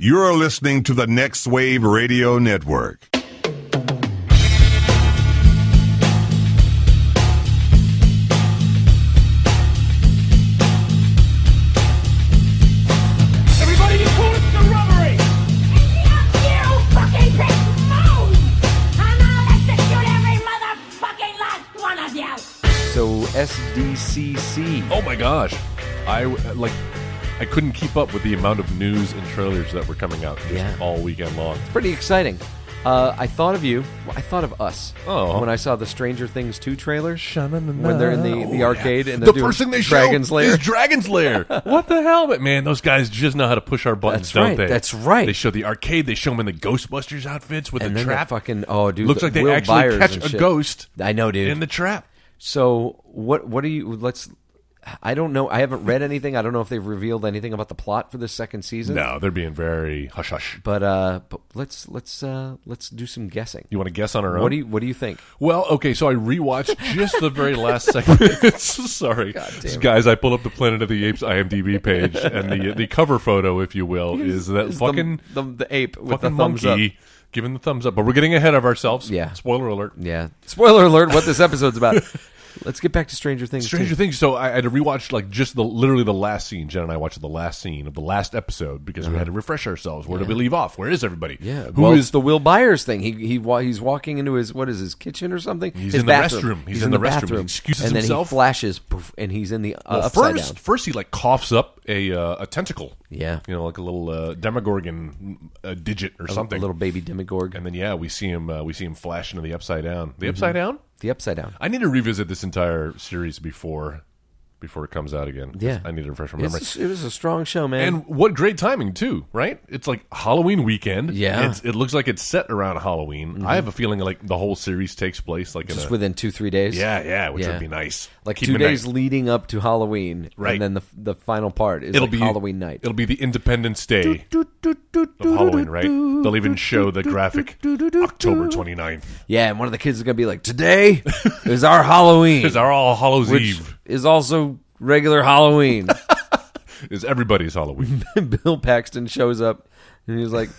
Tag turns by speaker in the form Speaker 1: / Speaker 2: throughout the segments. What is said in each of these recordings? Speaker 1: You're listening to the Next Wave Radio Network.
Speaker 2: Everybody, you call it the robbery!
Speaker 3: So SDCC.
Speaker 4: Oh my gosh, I like I couldn't keep up with the amount of news and trailers that were coming out just
Speaker 3: Yeah.
Speaker 4: all weekend long.
Speaker 3: Pretty exciting. Uh, I thought of you. I thought of us.
Speaker 4: Oh.
Speaker 3: When I saw the Stranger Things 2 trailer. When they're in the, the arcade and
Speaker 4: Oh, the
Speaker 3: they're doing
Speaker 4: first thing they
Speaker 3: Dragon's
Speaker 4: show
Speaker 3: Lair.
Speaker 4: is Dragon's Lair. what the hell, But man? Those guys just know how to push our buttons,
Speaker 3: That's
Speaker 4: don't
Speaker 3: right,
Speaker 4: they?
Speaker 3: that's right.
Speaker 4: They show the arcade. They show them in the Ghostbusters outfits with
Speaker 3: and
Speaker 4: the
Speaker 3: then the
Speaker 4: trap.
Speaker 3: fucking oh dude
Speaker 4: Looks
Speaker 3: the
Speaker 4: like they
Speaker 3: Will
Speaker 4: actually
Speaker 3: Byers
Speaker 4: catch
Speaker 3: and
Speaker 4: a
Speaker 3: shit.
Speaker 4: ghost
Speaker 3: I know, dude.
Speaker 4: in the trap.
Speaker 3: so what? What are you? Let's. I don't know. I haven't read anything. I don't know if they've revealed anything about the plot for this second season.
Speaker 4: No, they're being very hush hush.
Speaker 3: But uh, but let's let's uh let's do some guessing.
Speaker 4: You want to guess on our own?
Speaker 3: What do you What do you think?
Speaker 4: Well, okay, so I rewatched just the very last segment. Sorry, guys, I pulled up the Planet of the Apes IMDb page, and the the cover photo, if you will, is that
Speaker 3: Is the-
Speaker 4: fucking
Speaker 3: the, the ape with the
Speaker 4: fucking
Speaker 3: thumbs
Speaker 4: monkey
Speaker 3: up.
Speaker 4: giving the thumbs up. But we're getting ahead of ourselves.
Speaker 3: Yeah.
Speaker 4: Spoiler alert.
Speaker 3: Yeah. Spoiler alert! What this episode's about. let's get back to Stranger Things.
Speaker 4: Stranger
Speaker 3: too.
Speaker 4: Things. So I I had to rewatch like just the literally the last scene. Jen and I watched the last scene of the last episode because we had to refresh ourselves. Where did we leave off? Where is everybody?
Speaker 3: Uh-huh. Yeah.
Speaker 4: Who
Speaker 3: well,
Speaker 4: is
Speaker 3: it's the Will Byers thing? He he wa- he's walking into his what is his kitchen or something?
Speaker 4: He's
Speaker 3: his
Speaker 4: in the
Speaker 3: bathroom.
Speaker 4: restroom. He's in the restroom. He excuses
Speaker 3: and then
Speaker 4: himself.
Speaker 3: he flashes, poof, and he's in the uh,
Speaker 4: Well,
Speaker 3: upside
Speaker 4: first,
Speaker 3: down.
Speaker 4: first he like coughs up a uh, a tentacle.
Speaker 3: Yeah.
Speaker 4: you know, like a little uh, Demogorgon uh, digit or
Speaker 3: A-
Speaker 4: something.
Speaker 3: A little baby demigorg.
Speaker 4: and then yeah, we see him. Uh, we see him flash into the upside down.
Speaker 3: Mm-hmm.
Speaker 4: The upside down.
Speaker 3: The upside down.
Speaker 4: I need to revisit this entire series before before it comes out again. 'cause
Speaker 3: Yeah.
Speaker 4: I need to refresh my memory.
Speaker 3: It's, it was a strong show, man.
Speaker 4: And what great timing too, right? It's like Halloween weekend.
Speaker 3: Yeah. Mm-hmm.
Speaker 4: it's, it looks like it's set around Halloween. I have a feeling like the whole series takes place like in
Speaker 3: just
Speaker 4: a,
Speaker 3: within two three days.
Speaker 4: yeah, yeah, which
Speaker 3: Yeah.
Speaker 4: would be nice.
Speaker 3: Like
Speaker 4: Keep
Speaker 3: two
Speaker 4: it nice.
Speaker 3: days leading up to Halloween,
Speaker 4: Right.
Speaker 3: And then the the final part is like Halloween night.
Speaker 4: It'll be the Independence Day of Halloween, right? They'll even show the graphic October 29th.
Speaker 3: yeah, and one of the kids is gonna be like, "Today is our Halloween,
Speaker 4: Is our All Hallows
Speaker 3: which
Speaker 4: Eve
Speaker 3: is also regular Halloween."
Speaker 4: is everybody's Halloween.
Speaker 3: Bill Paxton shows up and he's like,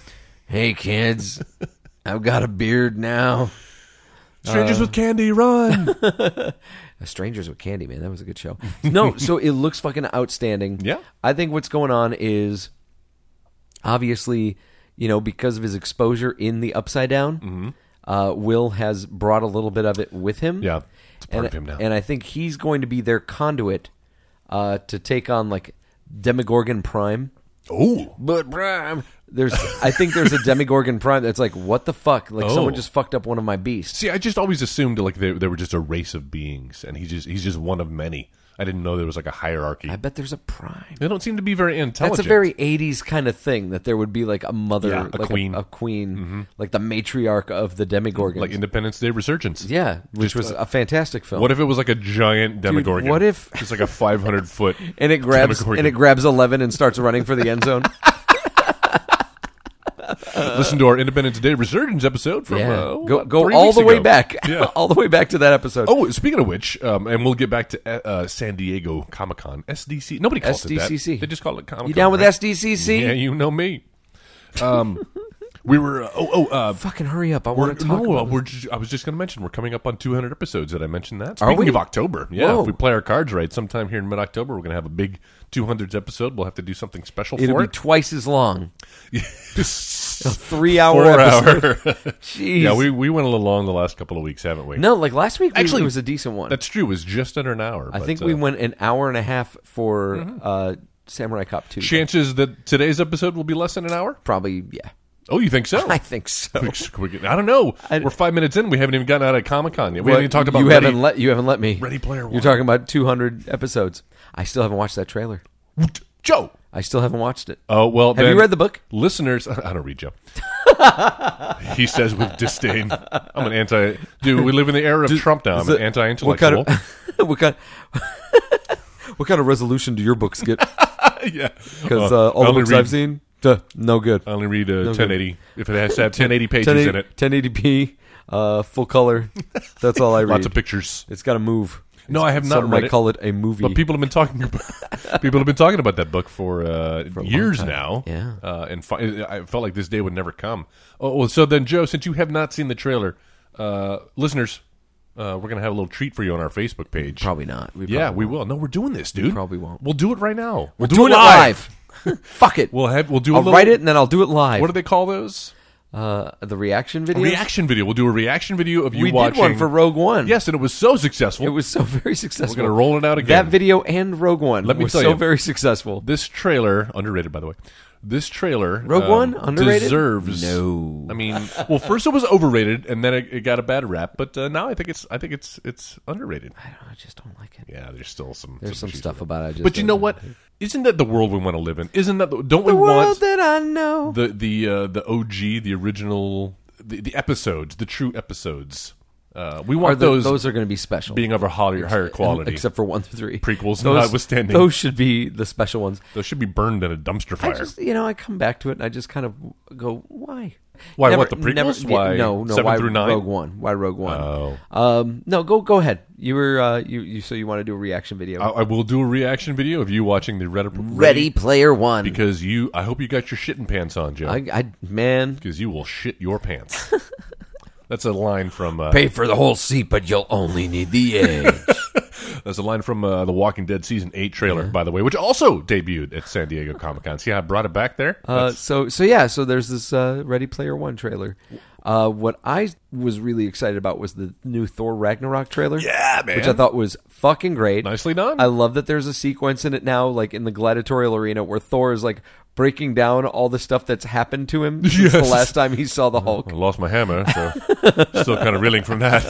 Speaker 3: "Hey kids, I've got a beard now."
Speaker 4: Strangers with candy, run!
Speaker 3: Strangers with Candy, man, that was a good show. No, so it looks fucking outstanding.
Speaker 4: Yeah.
Speaker 3: I think what's going on is obviously, you know, because of his exposure in the Upside Down, uh, Will has brought a little bit of it with him.
Speaker 4: Mm-hmm. Yeah, it's part
Speaker 3: and,
Speaker 4: of him now.
Speaker 3: And I think he's going to be their conduit uh, to take on like Demogorgon Prime.
Speaker 4: oh,
Speaker 3: But Prime, there's I think there's a Demogorgon Prime that's like what the fuck? Like someone
Speaker 4: Oh.
Speaker 3: just fucked up one of my beasts.
Speaker 4: see, I just always assumed like they, they were just a race of beings, and he just he's just one of many. I didn't know there was like a hierarchy.
Speaker 3: I bet there's a Prime.
Speaker 4: They don't seem to be very intelligent.
Speaker 3: That's a very '80s kind of thing that there would be like a mother,
Speaker 4: Yeah, a
Speaker 3: like
Speaker 4: queen. Mm-hmm.
Speaker 3: a, queen, like the matriarch of the Demogorgons.
Speaker 4: like Independence Day resurgence.
Speaker 3: yeah, which was a fantastic film.
Speaker 4: What if it was like a giant demogorgon?
Speaker 3: what if-
Speaker 4: just like a five hundred foot
Speaker 3: and it grabs
Speaker 4: Demogorgon.
Speaker 3: and it grabs Eleven and starts running for the end zone?
Speaker 4: Listen to our Independence Day Resurgence episode from
Speaker 3: yeah,
Speaker 4: uh, oh,
Speaker 3: go
Speaker 4: about
Speaker 3: go
Speaker 4: three
Speaker 3: all
Speaker 4: weeks
Speaker 3: the way
Speaker 4: ago.
Speaker 3: back,
Speaker 4: Yeah.
Speaker 3: all the way back to that episode.
Speaker 4: Oh, speaking of which, um, and we'll get back to uh, uh, San Diego Comic Con SDC. Nobody calls it
Speaker 3: SDCC.
Speaker 4: that. They just call it Comic Con.
Speaker 3: you down with
Speaker 4: right?
Speaker 3: SDCC?
Speaker 4: Yeah, you know me. Um, we were uh, oh oh. Uh,
Speaker 3: Fucking hurry up! I
Speaker 4: we're,
Speaker 3: want to talk.
Speaker 4: no,
Speaker 3: about
Speaker 4: uh,
Speaker 3: it.
Speaker 4: we're just, I was just going to mention we're coming up on 200 episodes. Did I mention that?
Speaker 3: Are
Speaker 4: Speaking
Speaker 3: we?
Speaker 4: of October, yeah,
Speaker 3: Whoa.
Speaker 4: if we play our cards right, sometime here in mid-October, we're going to have a big 200s episode. We'll have to do something special
Speaker 3: It'll
Speaker 4: for
Speaker 3: be
Speaker 4: it.
Speaker 3: twice as long. Three hour
Speaker 4: Four
Speaker 3: episode.
Speaker 4: hour.
Speaker 3: Jeez.
Speaker 4: yeah, we, we went a little long the last couple of weeks, haven't we?
Speaker 3: No, like last week we,
Speaker 4: Actually,
Speaker 3: actually was a decent one.
Speaker 4: That's true. It was just under an hour.
Speaker 3: I
Speaker 4: but,
Speaker 3: think we
Speaker 4: uh, Mm-hmm.
Speaker 3: went an hour and a half for uh, Samurai Cop Two.
Speaker 4: Chances that today's episode will be less than an hour?
Speaker 3: Probably, yeah.
Speaker 4: Oh, you think so?
Speaker 3: I think so.
Speaker 4: We- we- I don't know.
Speaker 3: I-
Speaker 4: We're five minutes in. We haven't even gotten out of Comic Con yet. We
Speaker 3: Well,
Speaker 4: haven't even talked about
Speaker 3: you
Speaker 4: Ready-
Speaker 3: haven't let you haven't let me.
Speaker 4: Ready Player One.
Speaker 3: You're talking about 200 episodes. I still haven't watched that trailer.
Speaker 4: Joe.
Speaker 3: I still haven't watched it.
Speaker 4: Oh well.
Speaker 3: Have you read the book?
Speaker 4: listeners? I don't read Joe. he says with disdain. I'm an anti. Dude, we live in the era of Trump now. I'm an
Speaker 3: What kind
Speaker 4: anti-intellectual.
Speaker 3: of what kind? what kind of resolution do your books get?
Speaker 4: yeah,
Speaker 3: Because
Speaker 4: Uh,
Speaker 3: uh, all
Speaker 4: I
Speaker 3: the
Speaker 4: only
Speaker 3: books
Speaker 4: read-
Speaker 3: I've seen, duh, no good. E
Speaker 4: I only read uh, 1080 if it has to have 1080 pages in it.
Speaker 3: 1080, p uh, full color. That's all I read.
Speaker 4: Lots of pictures.
Speaker 3: It's got to move.
Speaker 4: No, I have not
Speaker 3: Some
Speaker 4: read
Speaker 3: might
Speaker 4: it.
Speaker 3: call it a movie.
Speaker 4: But people have been talking about people have been talking about that book for, uh,
Speaker 3: a long
Speaker 4: years
Speaker 3: time.
Speaker 4: now.
Speaker 3: Yeah.
Speaker 4: uh, and fi- I felt like this day would never come. Oh, well, so then, Joe, since you have not seen the trailer, uh, listeners, uh, we're gonna have a little treat for you on our Facebook page.
Speaker 3: probably not. We
Speaker 4: yeah,
Speaker 3: probably
Speaker 4: we
Speaker 3: won't.
Speaker 4: will. No, we're doing this, dude.
Speaker 3: probably won't.
Speaker 4: We'll do it right now. We'll
Speaker 3: Doing it live. Fuck it.
Speaker 4: We'll have. We'll do.
Speaker 3: I'll
Speaker 4: a little,
Speaker 3: write it and then I'll do it live.
Speaker 4: What do they call those?
Speaker 3: uh, the reaction
Speaker 4: A
Speaker 3: video?
Speaker 4: reaction video. We'll do a reaction video of you
Speaker 3: We
Speaker 4: watching.
Speaker 3: did one for Rogue One.
Speaker 4: Yes, and it was so successful.
Speaker 3: It was so very successful.
Speaker 4: We're gonna roll it out again.
Speaker 3: That video and Rogue One
Speaker 4: Let me
Speaker 3: were
Speaker 4: tell
Speaker 3: so
Speaker 4: you.
Speaker 3: very successful.
Speaker 4: this trailer underrated by the way this trailer
Speaker 3: Rogue
Speaker 4: um,
Speaker 3: One, underrated?
Speaker 4: deserves
Speaker 3: No.
Speaker 4: i mean well first it was overrated and then it, it got a bad rap but uh, now i think it's i think it's it's underrated
Speaker 3: I, don't, know, I just don't like it.
Speaker 4: yeah there's still some
Speaker 3: There's some
Speaker 4: issues
Speaker 3: stuff
Speaker 4: with it.
Speaker 3: about it. I just
Speaker 4: but you
Speaker 3: don't
Speaker 4: know what isn't that the world we want to live in isn't that the, don't we
Speaker 3: The world
Speaker 4: want
Speaker 3: that I know.
Speaker 4: the the uh, the og the original the, the episodes the true episodes uh, we
Speaker 3: Are
Speaker 4: want
Speaker 3: the-
Speaker 4: those,
Speaker 3: are going to be special.
Speaker 4: being of a higher, higher quality
Speaker 3: Except for one through three.
Speaker 4: Prequels
Speaker 3: those,
Speaker 4: notwithstanding.
Speaker 3: Those should be the special ones.
Speaker 4: those should be burned in a dumpster fire
Speaker 3: I just, you know, I come back to it and I just kind of go, why?
Speaker 4: Why, what, the prequels?
Speaker 3: yeah,
Speaker 4: Why
Speaker 3: no, no,
Speaker 4: seven
Speaker 3: why
Speaker 4: through nine?
Speaker 3: Rogue One? Why Rogue One?
Speaker 4: Oh.
Speaker 3: Um, no, go go ahead. You were, uh, you, you, so you want to do a reaction video.
Speaker 4: I, I will do a reaction video of you watching the Uh, Ready,
Speaker 3: Player One.
Speaker 4: because you. I hope you got your shitting pants on, Joe,
Speaker 3: I, I, man,
Speaker 4: because you will shit your pants. That's a line from uh,
Speaker 3: pay for the whole seat, but you'll only need the edge.
Speaker 4: that's a line from uh, the Walking Dead season eight trailer, by the way, which also debuted at San Diego Comic Con. See how I brought it back there?
Speaker 3: uh,
Speaker 4: That's-
Speaker 3: so, so yeah, so there's this uh, Ready Player One trailer. Uh, what I was really excited about was the new Thor Ragnarok trailer.
Speaker 4: yeah, man.
Speaker 3: which I thought was fucking great.
Speaker 4: Nicely done.
Speaker 3: ah, I love that there's a sequence in it now, like in the gladiatorial arena, where Thor is like breaking down all the stuff that's happened to him since the
Speaker 4: Yes.
Speaker 3: last time he saw the Hulk.
Speaker 4: I lost my hammer, so still kind of reeling from that.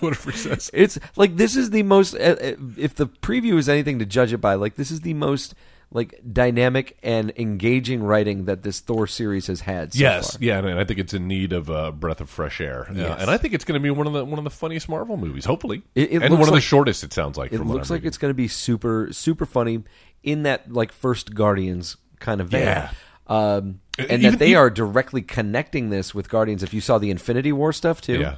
Speaker 4: Whatever he says.
Speaker 3: It's like this is the most. uh, uh, If the preview is anything to judge it by, like this is the most like dynamic and engaging writing that this Thor series has had. So
Speaker 4: Yes,
Speaker 3: far.
Speaker 4: yeah, and I think it's in need of a breath of fresh air, Yeah,
Speaker 3: Yes.
Speaker 4: and I think it's going to be one of the one of the funniest Marvel movies, hopefully,
Speaker 3: It- it looks
Speaker 4: and one of the
Speaker 3: like-
Speaker 4: shortest. It sounds like
Speaker 3: it
Speaker 4: from what
Speaker 3: looks
Speaker 4: I'm
Speaker 3: like
Speaker 4: reading.
Speaker 3: it's going to be super super funny in that like first Guardians kind of vein.
Speaker 4: Yeah. Uh,
Speaker 3: Um, and
Speaker 4: even- e-
Speaker 3: that they
Speaker 4: even-
Speaker 3: are directly connecting this with Guardians. If you saw the Infinity War stuff too,
Speaker 4: Yeah.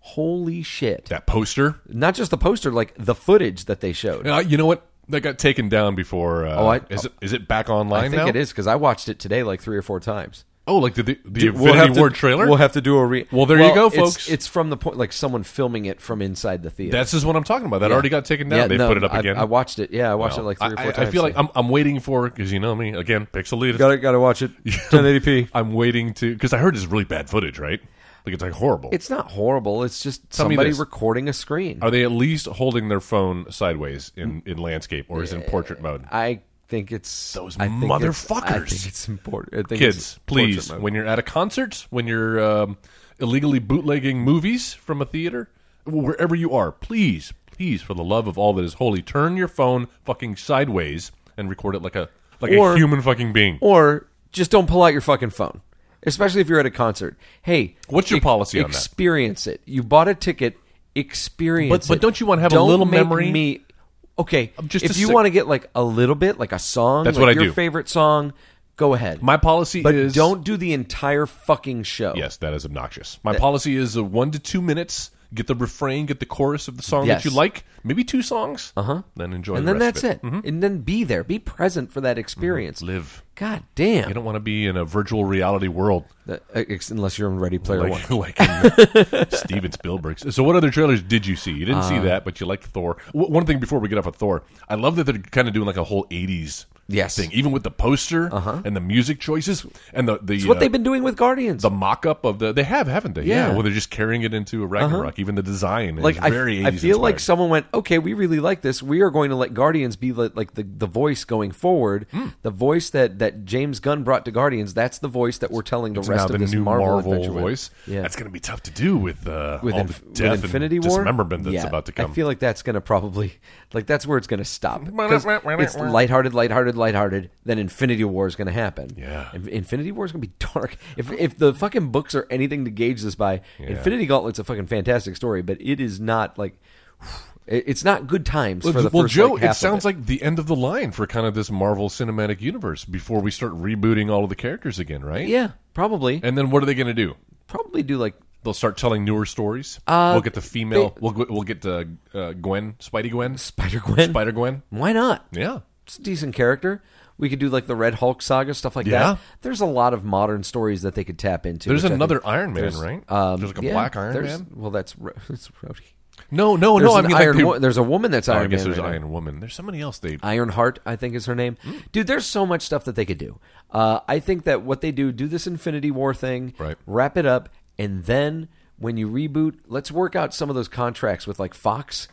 Speaker 3: holy shit!
Speaker 4: that poster.
Speaker 3: Not just the poster, like the footage that they showed.
Speaker 4: Uh, you know what? That got taken down before. Uh,
Speaker 3: Oh, I-
Speaker 4: is it is it back online
Speaker 3: I think
Speaker 4: now?
Speaker 3: it is because I watched it today like three or four times.
Speaker 4: Oh, like the the, the
Speaker 3: Do-
Speaker 4: Infinity
Speaker 3: have to-
Speaker 4: War trailer.
Speaker 3: We'll have to do a re.
Speaker 4: Well, there you go,
Speaker 3: it's-
Speaker 4: folks.
Speaker 3: It's, from the point, like someone filming it from inside the theater.
Speaker 4: That's just what I'm talking about. That
Speaker 3: Yeah.
Speaker 4: already got taken down.
Speaker 3: Yeah,
Speaker 4: they
Speaker 3: no,
Speaker 4: put it up
Speaker 3: I-
Speaker 4: again.
Speaker 3: I, watched it. Yeah, I watched
Speaker 4: Well,
Speaker 3: it like three or
Speaker 4: I-
Speaker 3: four
Speaker 4: I,
Speaker 3: times.
Speaker 4: I feel like I'm I'm waiting for because you know me again, pixelated.
Speaker 3: got to got to watch it 1080p.
Speaker 4: I'm waiting to because I heard it's really bad footage, right? Like it's like horrible.
Speaker 3: It's not horrible. It's just
Speaker 4: Tell me
Speaker 3: somebody
Speaker 4: this. Uh,
Speaker 3: recording a screen.
Speaker 4: Are they at least holding their phone sideways in, in landscape or is it in portrait
Speaker 3: Uh,
Speaker 4: mode?
Speaker 3: I think it's
Speaker 4: Those
Speaker 3: I think it's- I
Speaker 4: motherfuckers.
Speaker 3: think it's important. I think it's
Speaker 4: Kids,
Speaker 3: portrait
Speaker 4: please,
Speaker 3: mode.
Speaker 4: when you're at a concert, when you're um, illegally bootlegging movies from a theater, wherever you are, please, please, for the love of all that is holy, turn your phone fucking sideways and record it like a like a
Speaker 3: Or-
Speaker 4: human fucking being.
Speaker 3: or just don't pull out your fucking phone, especially if you're at a concert. Hey,
Speaker 4: What's your policy on that?
Speaker 3: Experience it. You bought a ticket. Experience
Speaker 4: But- but
Speaker 3: it.
Speaker 4: don't you wanna have a
Speaker 3: Don't
Speaker 4: little
Speaker 3: make
Speaker 4: memory?
Speaker 3: Me, okay,
Speaker 4: just
Speaker 3: if
Speaker 4: a
Speaker 3: you
Speaker 4: sec-
Speaker 3: want to get like a little bit, like a song.
Speaker 4: That's
Speaker 3: like
Speaker 4: what I
Speaker 3: your
Speaker 4: do.
Speaker 3: favorite song. Go ahead.
Speaker 4: My policy
Speaker 3: but
Speaker 4: is
Speaker 3: don't do the entire fucking show.
Speaker 4: Yes, that is obnoxious. My policy is uh, one to two minutes. Get the refrain, get the chorus of the song
Speaker 3: Yes. Uh-huh.
Speaker 4: that you like, maybe two songs, uh huh. Then enjoy.
Speaker 3: and
Speaker 4: the
Speaker 3: then
Speaker 4: rest
Speaker 3: that's
Speaker 4: of Mm-hmm.
Speaker 3: it. And then be there. Be present for that experience.
Speaker 4: Live.
Speaker 3: God damn.
Speaker 4: You don't want to be in a virtual reality world
Speaker 3: Uh, ex- unless you're in Ready Player One.
Speaker 4: like, like in Steven Spielberg's. So, what other trailers did you see? You didn't
Speaker 3: Uh,
Speaker 4: see that, but you liked Thor. W- one thing before we get off of Thor, I love that they're kind of doing like a whole '80s
Speaker 3: Yes. Uh-huh.
Speaker 4: thing, even with the poster and the music choices and the the
Speaker 3: It's what
Speaker 4: uh,
Speaker 3: they've been doing with Guardians.
Speaker 4: the mock-up of the they have haven't they?
Speaker 3: Yeah. Uh-huh.
Speaker 4: well, they're just carrying it into a Ragnarok. Even the design, is
Speaker 3: like I,
Speaker 4: very
Speaker 3: I
Speaker 4: 80s
Speaker 3: feel like
Speaker 4: inspired.
Speaker 3: someone went, okay, we really like this. We are going to let Guardians be like, like the, the voice going forward.
Speaker 4: Hmm.
Speaker 3: The voice that, that James Gunn brought to Guardians. That's the voice that we're telling the
Speaker 4: So
Speaker 3: rest
Speaker 4: now
Speaker 3: of
Speaker 4: the
Speaker 3: this
Speaker 4: new
Speaker 3: Marvel,
Speaker 4: Marvel,
Speaker 3: adventure with.
Speaker 4: voice.
Speaker 3: Yeah.
Speaker 4: That's going to be tough to do with uh,
Speaker 3: with,
Speaker 4: all
Speaker 3: inf-
Speaker 4: the
Speaker 3: with
Speaker 4: death
Speaker 3: Infinity
Speaker 4: and
Speaker 3: War
Speaker 4: dismemberment that's
Speaker 3: Yeah,
Speaker 4: about to come.
Speaker 3: I feel like that's going to probably like that's where it's going to stop. 'Cause it's lighthearted, lighthearted, lighthearted. Then Infinity War is going to happen.
Speaker 4: Yeah.
Speaker 3: And Infinity War is going to be dark. If if the fucking books are anything to gauge this by, Infinity Gauntlet's a fucking fantastic story, but it is not like it- it's not good times for the
Speaker 4: Uh, well,
Speaker 3: first,
Speaker 4: Joe,
Speaker 3: like, half
Speaker 4: it
Speaker 3: of
Speaker 4: sounds like the end of the line for kind of this Marvel Cinematic Universe before we start rebooting all of the characters again, right?
Speaker 3: yeah, probably
Speaker 4: And then what are they going to do?
Speaker 3: probably do like
Speaker 4: They'll start telling newer stories.
Speaker 3: Uh,
Speaker 4: we'll get the female. we'll g- we'll get the uh, Gwen, Spidey Gwen,
Speaker 3: Spider Gwen.
Speaker 4: Spider Gwen.
Speaker 3: Why not?
Speaker 4: Yeah,
Speaker 3: It's a decent character. We could do like the Red Hulk saga stuff like
Speaker 4: Yeah.
Speaker 3: that. There's a lot of modern stories that they could tap into. which
Speaker 4: there's
Speaker 3: I think-
Speaker 4: another Iron Man,
Speaker 3: there's,
Speaker 4: right?
Speaker 3: Um,
Speaker 4: there's like a
Speaker 3: yeah,
Speaker 4: black Iron
Speaker 3: there's-
Speaker 4: Man.
Speaker 3: Well, that's Ro- it's Rhodey.
Speaker 4: No, no,
Speaker 3: There's
Speaker 4: no. I
Speaker 3: an
Speaker 4: mean, like,
Speaker 3: Iron
Speaker 4: they-
Speaker 3: Wo- there's a woman that's
Speaker 4: Oh,
Speaker 3: Iron
Speaker 4: I guess
Speaker 3: Man
Speaker 4: there's
Speaker 3: right now.
Speaker 4: Iron Hmm. Woman. There's somebody else they.
Speaker 3: Ironheart, I think is her name. Dude, there's so much stuff that they could do. Uh, I think that what they do, do this Infinity War thing,
Speaker 4: Right.
Speaker 3: wrap it up, and then when you reboot, let's work out some of those contracts with like Fox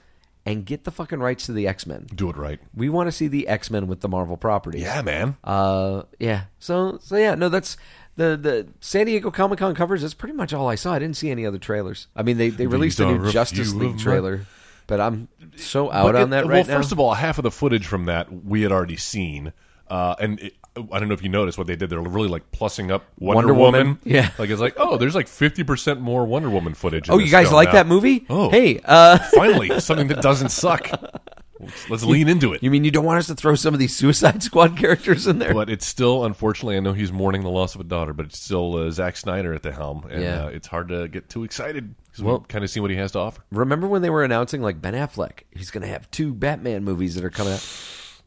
Speaker 3: and get the fucking rights to the X Men.
Speaker 4: do it right.
Speaker 3: We want to see the X Men with the Marvel properties.
Speaker 4: Yeah, man.
Speaker 3: Uh, yeah. So, so yeah, no, that's the the San Diego Comic Con covers. That's pretty much all I saw. I didn't see any other trailers. I mean, they they released a
Speaker 4: are
Speaker 3: new
Speaker 4: a
Speaker 3: Justice
Speaker 4: few of
Speaker 3: League
Speaker 4: my-
Speaker 3: trailer, but I'm so out
Speaker 4: But
Speaker 3: on
Speaker 4: it-
Speaker 3: that
Speaker 4: well,
Speaker 3: right now.
Speaker 4: first of all, half of the footage from that we had already seen, uh, and it, I don't know if you noticed what they did. They're really like plussing up
Speaker 3: Wonder
Speaker 4: Wonder,
Speaker 3: Woman.
Speaker 4: Woman.
Speaker 3: Yeah.
Speaker 4: like it's like oh, there's like fifty percent more Wonder Woman footage. in
Speaker 3: oh,
Speaker 4: this
Speaker 3: you guys
Speaker 4: film
Speaker 3: like
Speaker 4: now.
Speaker 3: that movie?
Speaker 4: Oh,
Speaker 3: hey, uh,
Speaker 4: finally something that doesn't suck. Let's, let's lean into it.
Speaker 3: you mean you don't want us to throw some of these Suicide Squad characters in there?
Speaker 4: but it's still, unfortunately, I know he's mourning the loss of a daughter, but it's still uh, Zack Snyder at the helm, and
Speaker 3: Yeah.
Speaker 4: uh, it's hard to get too excited because
Speaker 3: Well-
Speaker 4: we kind of see what he has to offer.
Speaker 3: Remember when they were announcing like Ben Affleck, he's going to have two Batman movies that are coming out.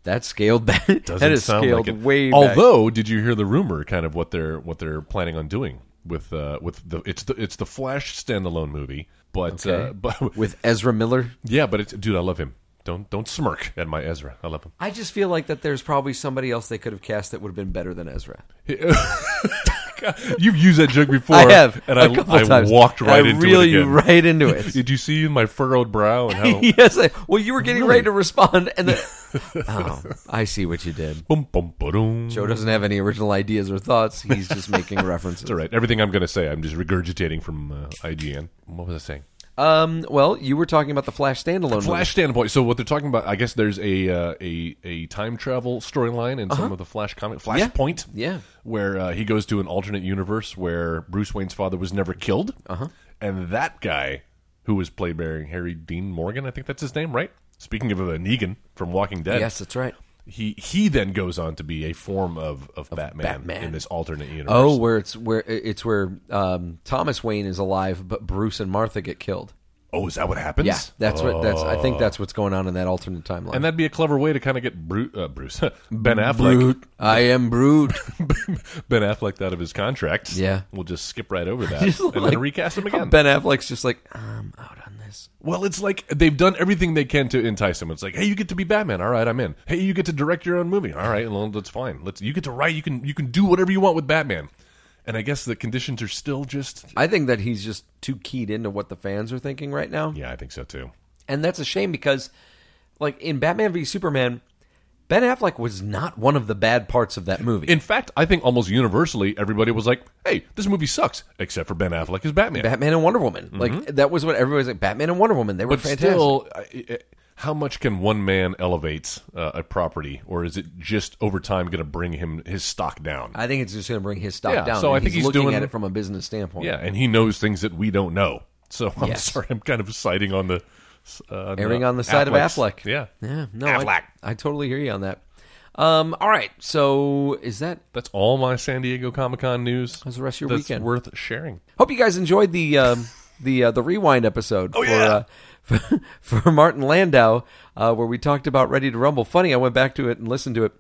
Speaker 3: That's scaled back. that
Speaker 4: Doesn't
Speaker 3: is
Speaker 4: sound
Speaker 3: scaled
Speaker 4: like it.
Speaker 3: way. back.
Speaker 4: Although, did you hear the rumor? Kind of what they're what they're planning on doing with uh, with the it's the it's the Flash standalone movie, but uh, but
Speaker 3: with Ezra Miller,
Speaker 4: yeah, but it's dude, I love him. Don't don't smirk at my Ezra. I love him.
Speaker 3: I just feel like that there's probably somebody else they could have cast that would have been better than Ezra.
Speaker 4: You've used that joke before.
Speaker 3: I have,
Speaker 4: and
Speaker 3: a
Speaker 4: I
Speaker 3: couple
Speaker 4: I
Speaker 3: times.
Speaker 4: walked
Speaker 3: And I
Speaker 4: right into
Speaker 3: reeled
Speaker 4: it
Speaker 3: you
Speaker 4: again.
Speaker 3: right into it.
Speaker 4: Did you see my furrowed brow and how?
Speaker 3: yes. I, well, you were getting
Speaker 4: Really?
Speaker 3: ready to respond, and then oh, I see what you did.
Speaker 4: Boom, boom, ba-doom.
Speaker 3: Joe doesn't have any original ideas or thoughts. He's just making references.
Speaker 4: It's all right. Everything I'm going to say, I'm just regurgitating from uh, IGN. What was I saying?
Speaker 3: Um. Well, you were talking about the Flash standalone.
Speaker 4: Flash standpoint. So what they're talking about, I guess there's a uh, a a time travel storyline in some of the Flash comic Flashpoint.
Speaker 3: Uh-huh. Yeah.
Speaker 4: where uh, he goes to an alternate universe where Bruce Wayne's father was never killed, uh-huh. and that guy who was played by Harry Dean Morgan, I think that's his name, right? Speaking of a Negan from Walking Dead,
Speaker 3: Movie. Yes, that's right.
Speaker 4: he he then goes on to be a form of, of, Batman,
Speaker 3: Batman.
Speaker 4: in this alternate universe.
Speaker 3: Oh, where it's where it's where um, Thomas Wayne is alive, but Bruce and Martha get killed.
Speaker 4: oh, is that what happens?
Speaker 3: Yeah, that's what that's. I think that's what's going on in that alternate timeline.
Speaker 4: And that'd be a clever way to kind of get Bru- uh, Bruce Ben Affleck
Speaker 3: Brute. I am brute.
Speaker 4: Ben Affleck out of his contract.
Speaker 3: Yeah.
Speaker 4: we'll just skip right over that
Speaker 3: Just
Speaker 4: and
Speaker 3: like-
Speaker 4: then recast him again.
Speaker 3: Ben Affleck's just like I'm out on this.
Speaker 4: well, it's like they've done everything they can to entice him. It's like, hey, you get to be Batman. All right, I'm in. Hey, you get to direct your own movie. All right, well, that's fine. Let's. You get to write. You can. You can do whatever you want with Batman. And I guess the conditions are still just.
Speaker 3: I think that he's just too keyed into what the fans are thinking right now.
Speaker 4: Yeah, I think so too.
Speaker 3: And that's a shame because, like, in Batman v Superman, Ben Affleck was not one of the bad parts of that movie.
Speaker 4: In fact, I think almost universally everybody was like, "Hey, this movie sucks," except for Ben Affleck as Batman.
Speaker 3: Batman and Wonder Woman. Like, that was what everybody was like Batman and Wonder Woman. They were
Speaker 4: Mm-hmm. but
Speaker 3: fantastic.
Speaker 4: still, I- I- how much can one man elevate uh, a property, or is it just over time going to bring him his stock down?
Speaker 3: I think it's just going to bring his stock
Speaker 4: Yeah,
Speaker 3: down.
Speaker 4: so
Speaker 3: and
Speaker 4: I think he's
Speaker 3: looking
Speaker 4: doing-
Speaker 3: at it from a business standpoint.
Speaker 4: yeah, and he knows things that we don't know. So I'm
Speaker 3: Yes.
Speaker 4: sorry, I'm kind of siding on the uh,
Speaker 3: Erring on the side
Speaker 4: Affleck's-
Speaker 3: of Affleck.
Speaker 4: Yeah,
Speaker 3: Yeah. No,
Speaker 4: Affleck.
Speaker 3: I, I totally hear you on that. Um, all right. So, is that
Speaker 4: That's all my San Diego Comic Con news.
Speaker 3: How's the rest of your
Speaker 4: that's
Speaker 3: weekend?
Speaker 4: worth sharing.
Speaker 3: Hope you guys enjoyed the um, the uh, the rewind episode
Speaker 4: Oh,
Speaker 3: for, uh, for for Martin Landau, uh, where we talked about Ready to Rumble. Funny, I went back to it and listened to it,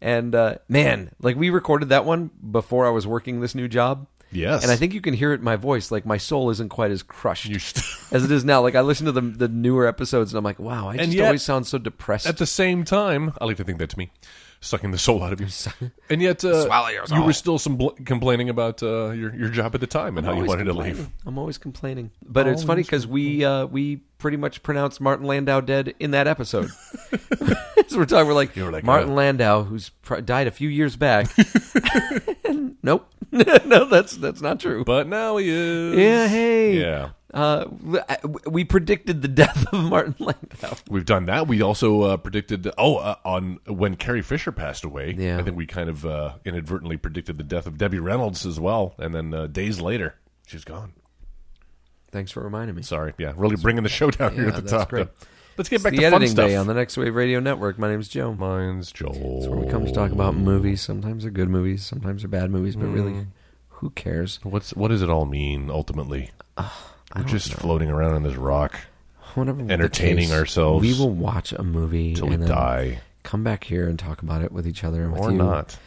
Speaker 3: and uh, man, like we recorded that one before I was working this new job.
Speaker 4: Yes.
Speaker 3: and I think you can hear it in my voice. Like my soul isn't quite as crushed
Speaker 4: You're st-
Speaker 3: as it is now. Like I listen to the the newer episodes, and I'm like, wow, I just
Speaker 4: yet-
Speaker 3: always sound so depressed.
Speaker 4: At the same time, I like to think that's me sucking the soul out of you. And yet, uh, you were still some bl- complaining about uh, your your job at the time and how you
Speaker 3: always
Speaker 4: wanted to
Speaker 3: complaining.
Speaker 4: leave.
Speaker 3: I'm always complaining, but it's funny because we uh, we pretty much pronounced Martin Landau dead in that episode. so we're talking, we're like,
Speaker 4: were like,
Speaker 3: Martin
Speaker 4: uh,
Speaker 3: Landau, who's pr- died a few years back. nope, no, that's that's not true.
Speaker 4: But now he is.
Speaker 3: yeah, hey,
Speaker 4: Yeah.
Speaker 3: Uh, I- we predicted the death of Martin Landau.
Speaker 4: We've done that. We also uh, predicted. Oh, uh, on when Carrie Fisher passed away,
Speaker 3: Yeah.
Speaker 4: I think we kind of uh, inadvertently predicted the death of Debbie Reynolds as well. And then uh, days later, she's gone.
Speaker 3: Thanks for reminding me.
Speaker 4: Sorry, yeah, really bringing the show down here
Speaker 3: Yeah,
Speaker 4: at the
Speaker 3: that's
Speaker 4: top.
Speaker 3: great.
Speaker 4: Let's get
Speaker 3: It's
Speaker 4: back
Speaker 3: the
Speaker 4: to fun
Speaker 3: editing
Speaker 4: stuff.
Speaker 3: day on the Next Wave Radio Network. My name's Joe.
Speaker 4: Mine's Joel.
Speaker 3: Mm. Where we come to talk about movies. Sometimes they're good movies, sometimes they're bad movies, but really, Who cares?
Speaker 4: What's what does it all mean ultimately? We're just floating around on this rock
Speaker 3: Whatever the
Speaker 4: Entertaining
Speaker 3: case,
Speaker 4: ourselves
Speaker 3: We will watch a movie
Speaker 4: till we
Speaker 3: and then
Speaker 4: die,
Speaker 3: Come back here and talk about it with each other and with
Speaker 4: or
Speaker 3: you.
Speaker 4: not.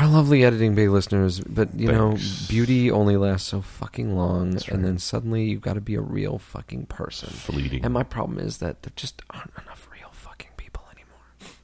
Speaker 3: Our lovely editing bay listeners, but you
Speaker 4: Thanks.
Speaker 3: know, beauty only lasts so fucking long, and then suddenly you've got to be a real fucking person.
Speaker 4: Fleeting.
Speaker 3: And my problem is that there just aren't enough real fucking people anymore.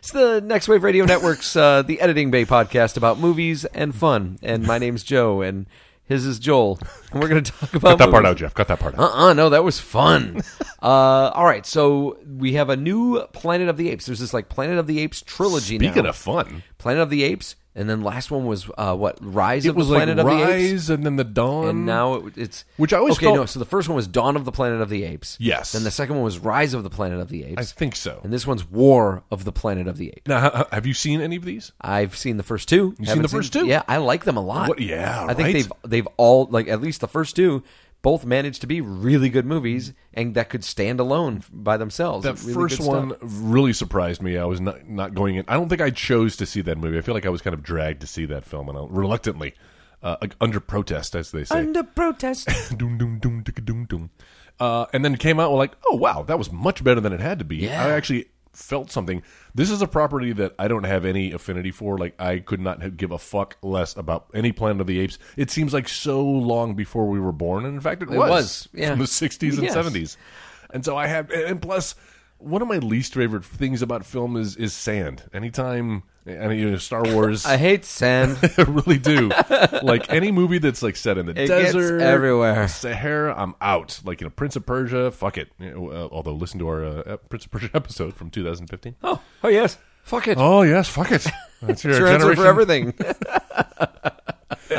Speaker 3: It's the Next Wave Radio Network's uh, The Editing Bay podcast about movies and fun. And my name's Joe, and his is Joel. And we're going to talk about
Speaker 4: Cut that part
Speaker 3: movies.
Speaker 4: out, Jeff. Cut that part out.
Speaker 3: Uh-uh, no, that was fun. uh, all right, so we have a new Planet of the Apes. There's this like Planet of the Apes trilogy
Speaker 4: Speaking
Speaker 3: now.
Speaker 4: of fun,
Speaker 3: Planet of the Apes, and then last one was uh, what Rise
Speaker 4: it
Speaker 3: of the
Speaker 4: was like
Speaker 3: Planet of the Apes,
Speaker 4: Rise and then the Dawn.
Speaker 3: and now it, it's
Speaker 4: Which I always
Speaker 3: okay.
Speaker 4: felt-
Speaker 3: No, so the first one was Dawn of the Planet of the Apes.
Speaker 4: Yes.
Speaker 3: Then the second one was Rise of the Planet of the
Speaker 4: I
Speaker 3: Apes,
Speaker 4: think so.
Speaker 3: and this one's War of the Planet of the Apes.
Speaker 4: Now, ha- ha- have you seen any of these?
Speaker 3: I've seen the first two.
Speaker 4: You've seen
Speaker 3: Haven't
Speaker 4: the first two?
Speaker 3: Yeah, I like them a lot.
Speaker 4: What- yeah,
Speaker 3: I think
Speaker 4: right?
Speaker 3: they've they've all like at least the first two both managed to be really good movies and that could stand alone by themselves.
Speaker 4: That
Speaker 3: Really
Speaker 4: first
Speaker 3: good stuff.
Speaker 4: one really surprised me. I was not not going in. I don't think I chose to see that movie. I feel like I was kind of dragged to see that film, and I, reluctantly, uh, under protest, as they say.
Speaker 3: under protest.
Speaker 4: doom, doom, doom, dicka, doom, doom. Uh, and then it came out we're like, oh wow, that was much better than it had to be.
Speaker 3: Yeah.
Speaker 4: I actually felt something. This is a property that I don't have any affinity for. Like I could not have- give a fuck less about any Planet of the Apes. It seems like so long before we were born, and in fact, it, was,
Speaker 3: was, yeah.
Speaker 4: from the '60s and
Speaker 3: Yes.
Speaker 4: '70s. And so I have, and plus. One of my least favorite things about film is is sand. Anytime, and you know, Star Wars,
Speaker 3: I hate sand.
Speaker 4: I really do. like any movie that's like set in the
Speaker 3: It gets
Speaker 4: desert,
Speaker 3: everywhere.
Speaker 4: Sahara, I'm out. Like you know, Prince of Persia, fuck it. You know, uh, although listen to our uh, ep- Prince of Persia episode from 2015.
Speaker 3: oh, oh yes. Fuck it.
Speaker 4: Oh yes, fuck it. That's your
Speaker 3: It's your answer for everything.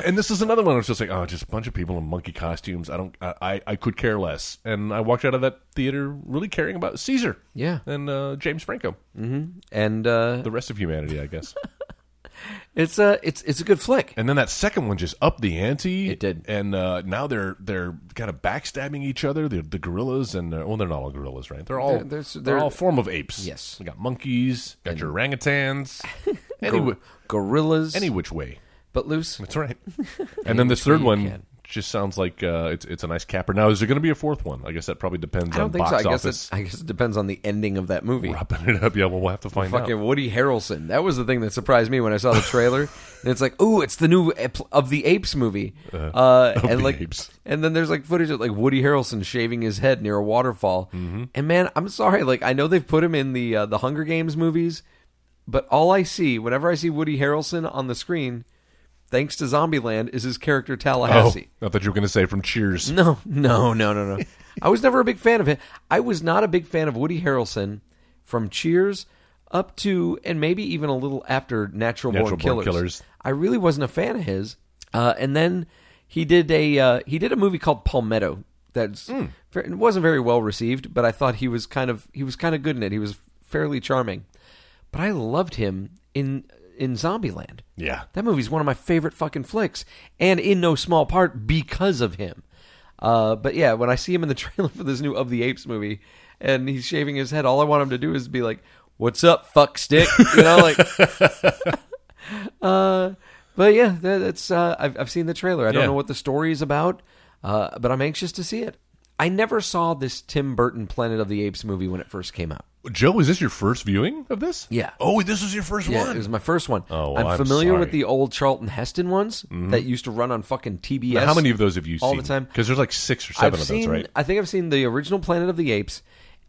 Speaker 4: And this is another one. It's just like oh, just a bunch of people in monkey costumes. I don't. I, I I could care less. And I walked out of that theater really caring about Caesar.
Speaker 3: Yeah.
Speaker 4: And uh, James Franco,
Speaker 3: and uh,
Speaker 4: the rest of humanity, I guess.
Speaker 3: it's a it's it's a good flick.
Speaker 4: And then that second one just upped the ante.
Speaker 3: It did.
Speaker 4: And uh, now they're they're kind of backstabbing each other. They're the gorillas and uh, well, they're not all gorillas, right? They're all
Speaker 3: They're-
Speaker 4: they're,
Speaker 3: there's- they're-
Speaker 4: all form of apes.
Speaker 3: Yes.
Speaker 4: We got monkeys. Got your orangutans. any, whi-
Speaker 3: Gorillas,
Speaker 4: any which way.
Speaker 3: but loose.
Speaker 4: That's right. and then this third
Speaker 3: you
Speaker 4: one
Speaker 3: can.
Speaker 4: just sounds like uh, it's it's a nice capper. Now is there going to be a fourth one? I guess that probably depends
Speaker 3: I don't
Speaker 4: on
Speaker 3: think
Speaker 4: box
Speaker 3: so. I guess
Speaker 4: office.
Speaker 3: it, I guess it depends on the ending of that movie.
Speaker 4: Wrapping it up. Yeah, well, we'll have to find out.
Speaker 3: Fucking Woody Harrelson. That was the thing that surprised me when I saw the trailer. and it's like, ooh, it's the new Ep- of the Apes movie. Uh, and
Speaker 4: the
Speaker 3: like,
Speaker 4: Apes.
Speaker 3: and then there's like footage of like Woody Harrelson shaving his head near a waterfall.
Speaker 4: Mm-hmm.
Speaker 3: And man, I'm sorry. Like I know they've put him in the uh, the Hunger Games movies, but all I see whenever I see Woody Harrelson on the screen, thanks to Zombieland, is his character
Speaker 4: Oh,
Speaker 3: Tallahassee.
Speaker 4: I thought you were going to say from Cheers.
Speaker 3: No, no, no, no, no. I was never a big fan of him. I was not a big fan of Woody Harrelson from Cheers up to and maybe even a little after Natural,
Speaker 4: Natural
Speaker 3: Born,
Speaker 4: Born
Speaker 3: Killers.
Speaker 4: Killers.
Speaker 3: I really wasn't a fan of his. Uh, and then he did a uh, he did a movie called Palmetto. That's fair- it wasn't very well received, but I thought he was kind of he was kind of good in it. He was fairly charming. But I loved him in in Zombieland.
Speaker 4: Yeah.
Speaker 3: That movie's one of my favorite fucking flicks, and in no small part because of him. Uh, but yeah, when I see him in the trailer for this new Of the Apes movie, and he's shaving his head, all I want him to do is be like, "What's up, fuck stick?" You know, like. uh, but yeah, that, that's uh, I've I've seen the trailer. I don't
Speaker 4: Yeah.
Speaker 3: know what the story is about, uh, but I'm anxious to see it. I never saw this Tim Burton Planet of the Apes movie when it first came out.
Speaker 4: Joe, is this your first viewing of this?
Speaker 3: Yeah.
Speaker 4: Oh, this was your first
Speaker 3: Yeah,
Speaker 4: one.
Speaker 3: it was my first one.
Speaker 4: Oh, well,
Speaker 3: I'm,
Speaker 4: I'm
Speaker 3: familiar with
Speaker 4: sorry. Mm-hmm.
Speaker 3: the old Charlton Heston ones that used to run on fucking TBS.
Speaker 4: Now, how many of those have you
Speaker 3: all
Speaker 4: seen?
Speaker 3: the time?
Speaker 4: Because there's like six or 7
Speaker 3: I've
Speaker 4: of
Speaker 3: seen,
Speaker 4: those, right?
Speaker 3: I think I've seen the original Planet of the Apes,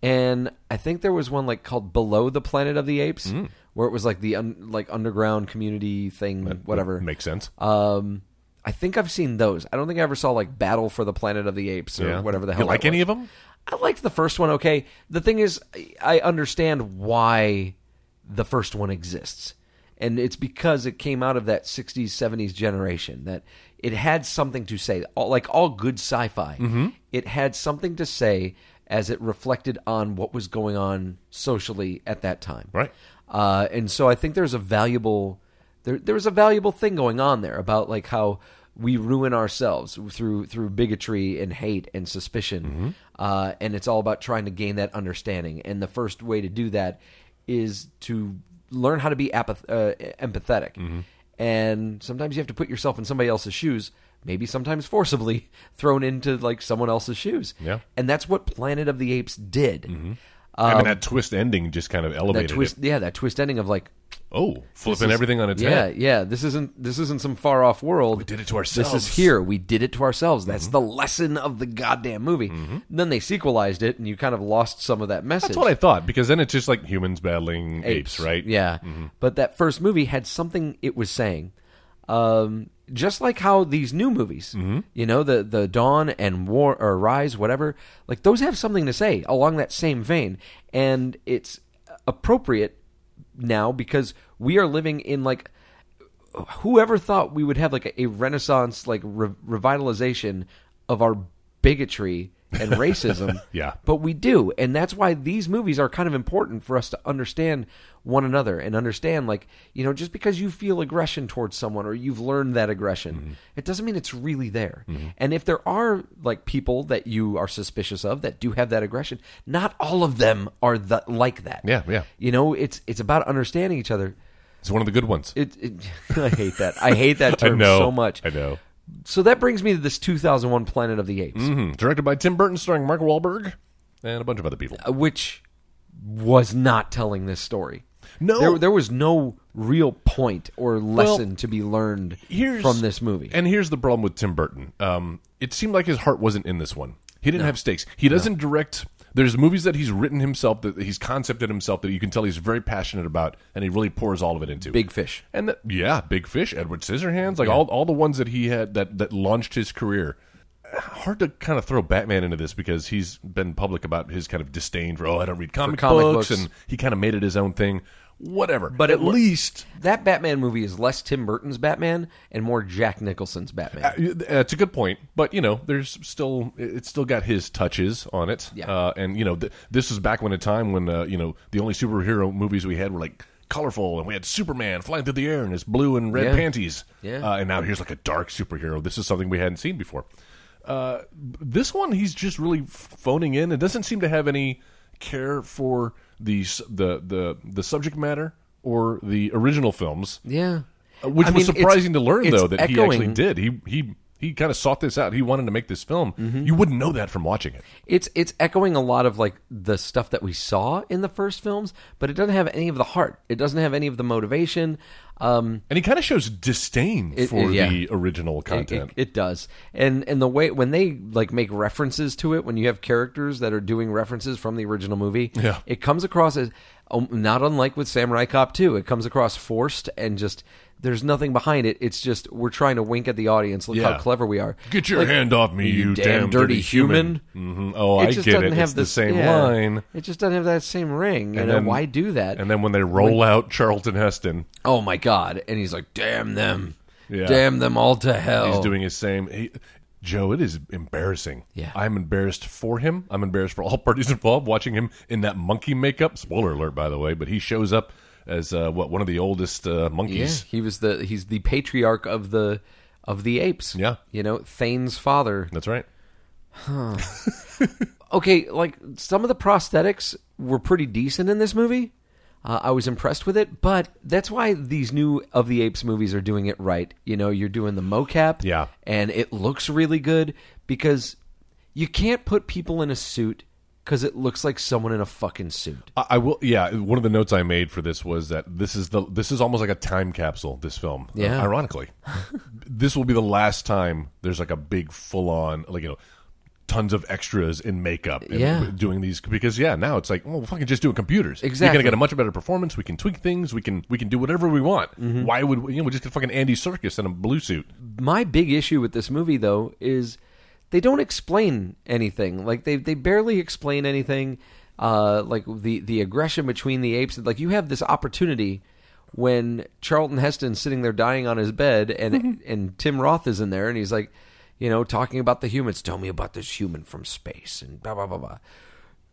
Speaker 3: and I think there was one like called Below the Planet of the Apes,
Speaker 4: Mm.
Speaker 3: where it was like the un, like underground community thing, whatever.
Speaker 4: Makes sense.
Speaker 3: Um, I think I've seen those. I don't think I ever saw like Battle for the Planet of the Apes or
Speaker 4: Yeah.
Speaker 3: whatever the hell.
Speaker 4: You like
Speaker 3: that was.
Speaker 4: any of them?
Speaker 3: I liked the first one. Okay, the thing is, I- I understand why the first one exists, and it's because it came out of that '60s, '70s generation that it had something to say. All, like all good sci-fi,
Speaker 4: Mm-hmm.
Speaker 3: it had something to say as it reflected on what was going on socially at that time.
Speaker 4: Right.
Speaker 3: Uh, and so I think there's a valuable there there was a valuable thing going on there about like how we ruin ourselves through through bigotry and hate and suspicion,
Speaker 4: Mm-hmm.
Speaker 3: uh, and it's all about trying to gain that understanding. And the first
Speaker 4: Mm-hmm.
Speaker 3: way to do that is to learn how to be apath- uh, empathetic. and sometimes you have to put yourself in somebody else's shoes. Maybe sometimes forcibly thrown into like someone else's shoes.
Speaker 4: Yeah.
Speaker 3: and that's what Planet of the Apes did.
Speaker 4: I mean, that twist ending just kind of
Speaker 3: That
Speaker 4: elevated
Speaker 3: um, twist,
Speaker 4: it.
Speaker 3: yeah, that twist ending of like
Speaker 4: Oh,
Speaker 3: this
Speaker 4: flipping
Speaker 3: is-
Speaker 4: everything on its
Speaker 3: yeah,
Speaker 4: head.
Speaker 3: Yeah, This isn't this isn't some far off world. We
Speaker 4: did it to
Speaker 3: This
Speaker 4: ourselves. Mm-hmm.
Speaker 3: is here. We did it to ourselves. That's the lesson of the goddamn movie. Then they sequelized it, and you kind of lost some of that message.
Speaker 4: That's what I thought because then it's just like humans battling apes, right? Mm-hmm.
Speaker 3: Yeah. But that first movie had something it was saying. Um, just like how these new movies,
Speaker 4: Mm-hmm.
Speaker 3: you know, the the Dawn and War or Rise, whatever, like those have something to say along that same vein, and it's appropriate now because we are living in like whoever thought we would have like a, a renaissance like re- revitalization of our bigotry and racism
Speaker 4: Yeah.
Speaker 3: but we do and that's why these movies are kind of important for us to understand one another and understand like you know just because you feel aggression towards someone or you've learned that aggression
Speaker 4: Mm-hmm.
Speaker 3: it doesn't mean it's really there and if there are like people that you are suspicious of that do have that aggression not all of them are the, like that
Speaker 4: Yeah, yeah.
Speaker 3: you know it's it's about understanding each other
Speaker 4: It's one of the good ones.
Speaker 3: it, it I hate that. I hate that
Speaker 4: I
Speaker 3: term
Speaker 4: know
Speaker 3: so much.
Speaker 4: I know.
Speaker 3: So that brings me to this 2001 Planet of the Apes,
Speaker 4: Hmm. Directed by Tim Burton, starring Mark Wahlberg and a bunch of other people.
Speaker 3: uh, which was not telling this story.
Speaker 4: No.
Speaker 3: there, there was no real point or lesson to be learned
Speaker 4: here's
Speaker 3: from this movie.
Speaker 4: And here's the problem with Tim Burton. Um, it seemed like his heart wasn't in this one. He didn't have stakes. He doesn't direct. There's movies that he's written himself, that he's concepted himself, that you can tell he's very passionate about, and he really pours all of it into.
Speaker 3: Big Fish.
Speaker 4: and that, yeah, Big Fish, Edward Scissorhands, like all all the ones that he had that that launched his career. Hard to kind of throw Batman into this because he's been public about his kind of disdain for oh I don't read comic,
Speaker 3: comic
Speaker 4: books,
Speaker 3: books.
Speaker 4: and he kind of made it his own thing. Whatever,
Speaker 3: But
Speaker 4: at
Speaker 3: it lo-
Speaker 4: least
Speaker 3: That Batman movie is less Tim Burton's Batman and more Jack Nicholson's Batman.
Speaker 4: Uh, That's a good point, but you know, there's still it's still got his touches on it.
Speaker 3: Yeah.
Speaker 4: Uh, and you know, th- this was back when a time when uh, you know the only superhero movies we had were like colorful, and we had Superman flying through the air in his blue and red
Speaker 3: Yeah.
Speaker 4: panties.
Speaker 3: Yeah.
Speaker 4: Uh, and now here's like a dark superhero. This is something we hadn't seen before. Uh, b- this one, he's just really f- phoning in. It doesn't seem to have any care for the s- the the the subject matter or the original films.
Speaker 3: yeah,
Speaker 4: Uh, Which
Speaker 3: I
Speaker 4: was
Speaker 3: mean, it's-
Speaker 4: surprising to learn,
Speaker 3: it's
Speaker 4: though, that he
Speaker 3: echoing-
Speaker 4: actually did. He he he kind of sought this out. He wanted to make this film.
Speaker 3: Mm-hmm.
Speaker 4: You wouldn't know that from watching it.
Speaker 3: it's it's echoing a lot of like the stuff that we saw in the first films, but it doesn't have any of the heart. It doesn't have any of the motivation. Um,
Speaker 4: And he kind of shows disdain
Speaker 3: It-
Speaker 4: for
Speaker 3: it- yeah.
Speaker 4: the original
Speaker 3: It- it-
Speaker 4: content.
Speaker 3: It, does, and and the way when they like make references to it, when you have characters that are doing references from the original movie,
Speaker 4: Yeah.
Speaker 3: it comes across as um, not unlike with Samurai Cop Two. It comes across forced and just there's nothing behind it. It's just we're trying to wink at the audience. Look
Speaker 4: Yeah.
Speaker 3: how clever we are.
Speaker 4: Get your
Speaker 3: Like,
Speaker 4: hand off me, you, damn, dirty, human! hmm Oh,
Speaker 3: It
Speaker 4: I
Speaker 3: just
Speaker 4: get
Speaker 3: doesn't
Speaker 4: it.
Speaker 3: have
Speaker 4: It's the
Speaker 3: this-
Speaker 4: same
Speaker 3: yeah.
Speaker 4: line.
Speaker 3: It just doesn't have that same ring. You know
Speaker 4: then-
Speaker 3: why do that?
Speaker 4: And then when they roll out Charlton Heston,
Speaker 3: oh my god! And he's like, damn them,
Speaker 4: Yeah.
Speaker 3: damn them all to hell.
Speaker 4: he's doing his same. He, Joe, it is embarrassing.
Speaker 3: Yeah.
Speaker 4: I'm embarrassed for him. I'm embarrassed for all parties involved. Watching him in that monkey makeup. Spoiler alert, by the way, but he shows up as uh, what one of the oldest uh,
Speaker 3: Yeah,
Speaker 4: monkeys.
Speaker 3: he was the he's the patriarch of the of the apes.
Speaker 4: Yeah.
Speaker 3: you know Thane's father.
Speaker 4: That's right.
Speaker 3: Okay, like some of the prosthetics were pretty decent in this movie. Uh, I was impressed with it, but that's why these new of the apes movies are doing it right. You know, you're doing the mocap,
Speaker 4: Yeah.
Speaker 3: and it looks really good because you can't put people in a suit because it looks like someone in a fucking suit.
Speaker 4: I I will. Yeah, one of the notes I made for this was that this is the this is almost like a time capsule. This film, uh,
Speaker 3: Yeah.
Speaker 4: ironically, this will be the last time there's like a big full on like you know tons of extras in makeup. And
Speaker 3: Yeah.
Speaker 4: doing these because yeah, now it's like well, fucking just do it computers. we're
Speaker 3: Exactly.
Speaker 4: gonna get a much better performance. We can tweak things. We can we can do whatever we want.
Speaker 3: Mm-hmm.
Speaker 4: Why would we- you know we just get fucking Andy Circus in a blue suit?
Speaker 3: my big issue with this movie though is they don't explain anything like they they barely explain anything uh like the the aggression between the apes like you have this opportunity when Charlton Heston's sitting there dying on his bed and and Tim Roth is in there and he's like you know talking about the humans tell me about this human from space and blah blah blah blah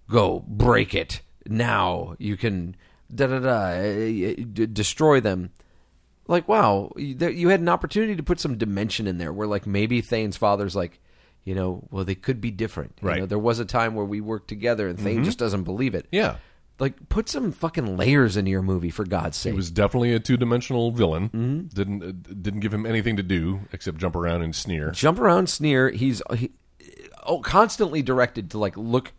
Speaker 3: go break it now you can da da da eh, eh, d- destroy them like wow you there- you had an opportunity to put some dimension in there where like maybe thane's father's like you know well they could be different You
Speaker 4: Right. Mm-hmm.
Speaker 3: know, there was a time where we worked together and thane just doesn't believe it
Speaker 4: Yeah.
Speaker 3: like put some fucking layers into your movie for God's sake.
Speaker 4: He was definitely a two-dimensional villain.
Speaker 3: Mm-hmm.
Speaker 4: Didn't uh, didn't give him anything to do except jump around and sneer.
Speaker 3: Jump around, sneer. He's he, oh constantly directed to like look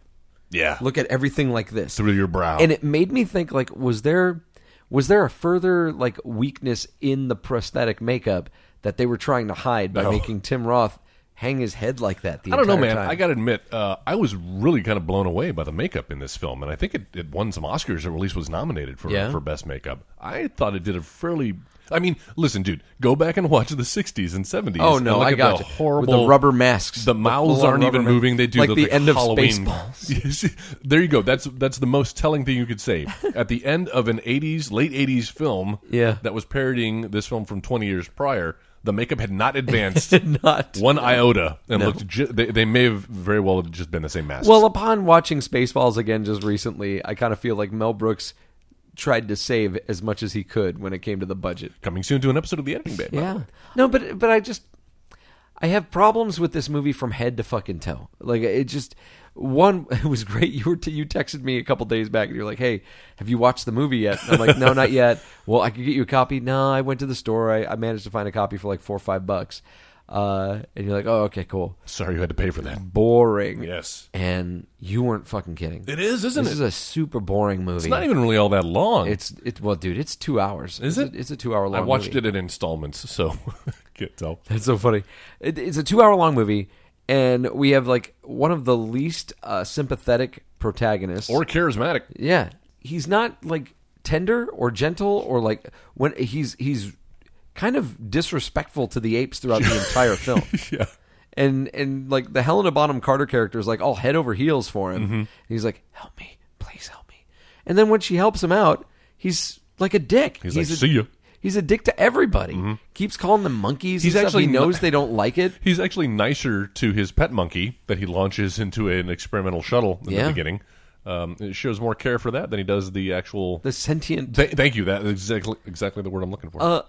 Speaker 4: Yeah,
Speaker 3: look at everything like this
Speaker 4: through your brow.
Speaker 3: and it made me think like was there was there a further like weakness in the prosthetic makeup that they were trying to hide by
Speaker 4: No.
Speaker 3: making Tim Roth hang his head like that the
Speaker 4: I don't know,
Speaker 3: entire
Speaker 4: man.
Speaker 3: time?
Speaker 4: I got to admit, uh, I was really kind of blown away by the makeup in this film, and I think it, it won some Oscars or at least was nominated for
Speaker 3: Yeah.
Speaker 4: for best makeup. I thought it did a fairly. I mean, listen, dude, go back and watch the '60s and '70s.
Speaker 3: Oh
Speaker 4: and
Speaker 3: no!
Speaker 4: look
Speaker 3: I
Speaker 4: at
Speaker 3: got
Speaker 4: the
Speaker 3: you.
Speaker 4: horrible
Speaker 3: With the rubber masks.
Speaker 4: The mouths
Speaker 3: full-on
Speaker 4: aren't
Speaker 3: rubber
Speaker 4: even
Speaker 3: ma-
Speaker 4: moving. They do
Speaker 3: like
Speaker 4: look
Speaker 3: the
Speaker 4: like
Speaker 3: end
Speaker 4: Halloween.
Speaker 3: of Spaceballs.
Speaker 4: Yes. there you go. That's that's the most telling thing you could say at the end of an '80s, late '80s film.
Speaker 3: Yeah.
Speaker 4: that was parodying this film from 20 years prior. The makeup had not advanced
Speaker 3: Not
Speaker 4: one iota and looked. Ju- they, they may have very well have just been the same mask.
Speaker 3: well. uh, Upon watching Spaceballs again just recently, I kind of feel like Mel Brooks tried to save as much as he could when it came to the budget.
Speaker 4: coming soon to an episode of the editing bay. by the way.
Speaker 3: No, but but I just I have problems with this movie from head to fucking toe. Like it just one it was great. You were t- you texted me a couple days back and you're like, "Hey, have you watched the movie yet?" And I'm like, "No, not yet." Well, I could get you a copy. No, I went to the store. I, I managed to find a copy for like four or five bucks. Uh, and you're like, "Oh, okay, cool."
Speaker 4: Sorry you had to pay for
Speaker 3: Mm.
Speaker 4: that.
Speaker 3: Boring.
Speaker 4: Yes.
Speaker 3: And you weren't fucking kidding.
Speaker 4: It is, isn't
Speaker 3: This
Speaker 4: it?
Speaker 3: is a super boring movie.
Speaker 4: it's not even really all that long.
Speaker 3: It's it. Well, dude, it's two hours.
Speaker 4: Is
Speaker 3: it's
Speaker 4: it?
Speaker 3: A, it's a two hour long.
Speaker 4: I watched
Speaker 3: movie.
Speaker 4: it in installments, so can't tell.
Speaker 3: That's so funny. It, it's a two-hour-long movie, and we have like one of the least uh, sympathetic protagonists.
Speaker 4: Or charismatic.
Speaker 3: yeah, he's not like tender or gentle or like when he's he's kind of disrespectful to the apes throughout the entire film.
Speaker 4: Yeah.
Speaker 3: And and like the Helena Bonham Carter character is like all head over heels for
Speaker 4: Mm-hmm.
Speaker 3: him. And he's like, "Help me, please help me." And then when she helps him out, he's like a dick.
Speaker 4: He's like, "See ya." Mm-hmm.
Speaker 3: He's a dick to everybody. Keeps calling them monkeys.
Speaker 4: He's
Speaker 3: He's actually
Speaker 4: actually
Speaker 3: he knows
Speaker 4: not-
Speaker 3: they don't like it.
Speaker 4: He's actually nicer to his pet monkey that he launches into an experimental shuttle in
Speaker 3: Yeah.
Speaker 4: the beginning. Um, it shows more care for that than he does the actual.
Speaker 3: The sentient.
Speaker 4: Th- thank you. That's exactly exactly the word I'm looking for.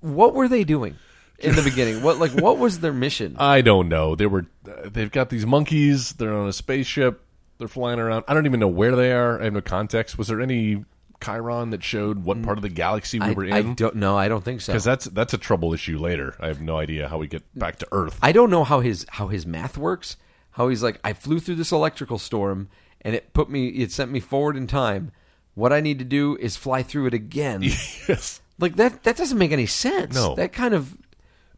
Speaker 3: what were they doing in the beginning? What like what was their mission?
Speaker 4: I don't know. They were uh, they've got these monkeys. They're on a spaceship. They're flying around. I don't even know where they are. I have no context. Was there any Chiron that showed what part of the galaxy we
Speaker 3: Mm. I,
Speaker 4: were
Speaker 3: I
Speaker 4: in?
Speaker 3: don't know. I don't think so.
Speaker 4: Because that's that's a trouble issue later. I have no idea how we get back to Earth.
Speaker 3: I don't know how his how his math works. How he's like, I flew through this electrical storm and it put me, it sent me forward in time. What I need to do is fly through it again.
Speaker 4: yes.
Speaker 3: like that. That doesn't make any sense.
Speaker 4: No.
Speaker 3: that kind of.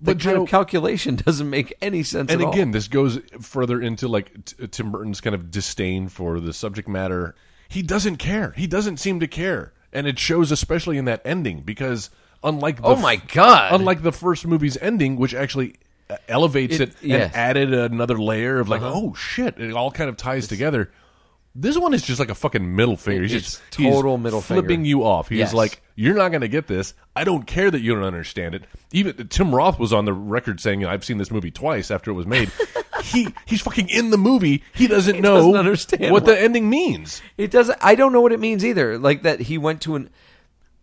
Speaker 3: That
Speaker 4: But,
Speaker 3: kind
Speaker 4: Joe-
Speaker 3: of calculation doesn't make any sense
Speaker 4: And
Speaker 3: at all.
Speaker 4: again, this goes further into like t- Tim Burton's kind of disdain for the subject matter. He doesn't care. He doesn't seem to care, and it shows especially in that ending because unlike the
Speaker 3: Oh my God.
Speaker 4: unlike the first movie's ending, which actually uh, elevates
Speaker 3: It-
Speaker 4: it,
Speaker 3: yes. Uh-huh.
Speaker 4: and added another layer of like, oh shit, it all kind of ties together. This one is just like a fucking middle finger. He's
Speaker 3: It's
Speaker 4: just he's
Speaker 3: total middle
Speaker 4: flipping
Speaker 3: finger.
Speaker 4: you off. He's
Speaker 3: Yes.
Speaker 4: like, you're not going to get this. I don't care that you don't understand it. Even Tim Roth was on the record saying, I've seen this movie twice after it was made. he he's fucking in the movie. He doesn't know
Speaker 3: doesn't understand
Speaker 4: what
Speaker 3: what-
Speaker 4: the ending means.
Speaker 3: It doesn't. I don't know what it means either. Like that he went to an.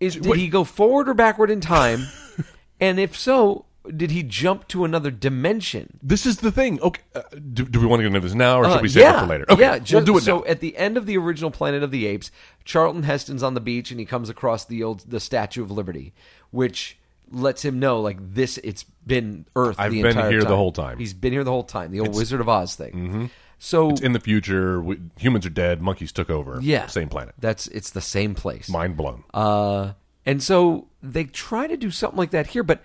Speaker 3: Is, did
Speaker 4: Wait.
Speaker 3: he go forward or backward in time? and if so, did he jump to another dimension?
Speaker 4: This is the thing. Okay, uh, do, do we want to get into this now, or
Speaker 3: Uh,
Speaker 4: should we save it for later? Okay,
Speaker 3: yeah, ju-
Speaker 4: we'll do it
Speaker 3: so
Speaker 4: now.
Speaker 3: at the end of the original Planet of the Apes, Charlton Heston's on the beach and he comes across the old the Statue of Liberty, which lets him know like this it's been Earth.
Speaker 4: I've
Speaker 3: the
Speaker 4: been
Speaker 3: entire
Speaker 4: here the whole time. Mm-hmm.
Speaker 3: He's been here the whole time. The old Wizard of Oz thing. So
Speaker 4: in the future, we, humans are dead. Monkeys took over.
Speaker 3: yeah,
Speaker 4: same planet.
Speaker 3: That's it's the same place.
Speaker 4: Mind blown.
Speaker 3: Uh, and so they try to do something like that here, but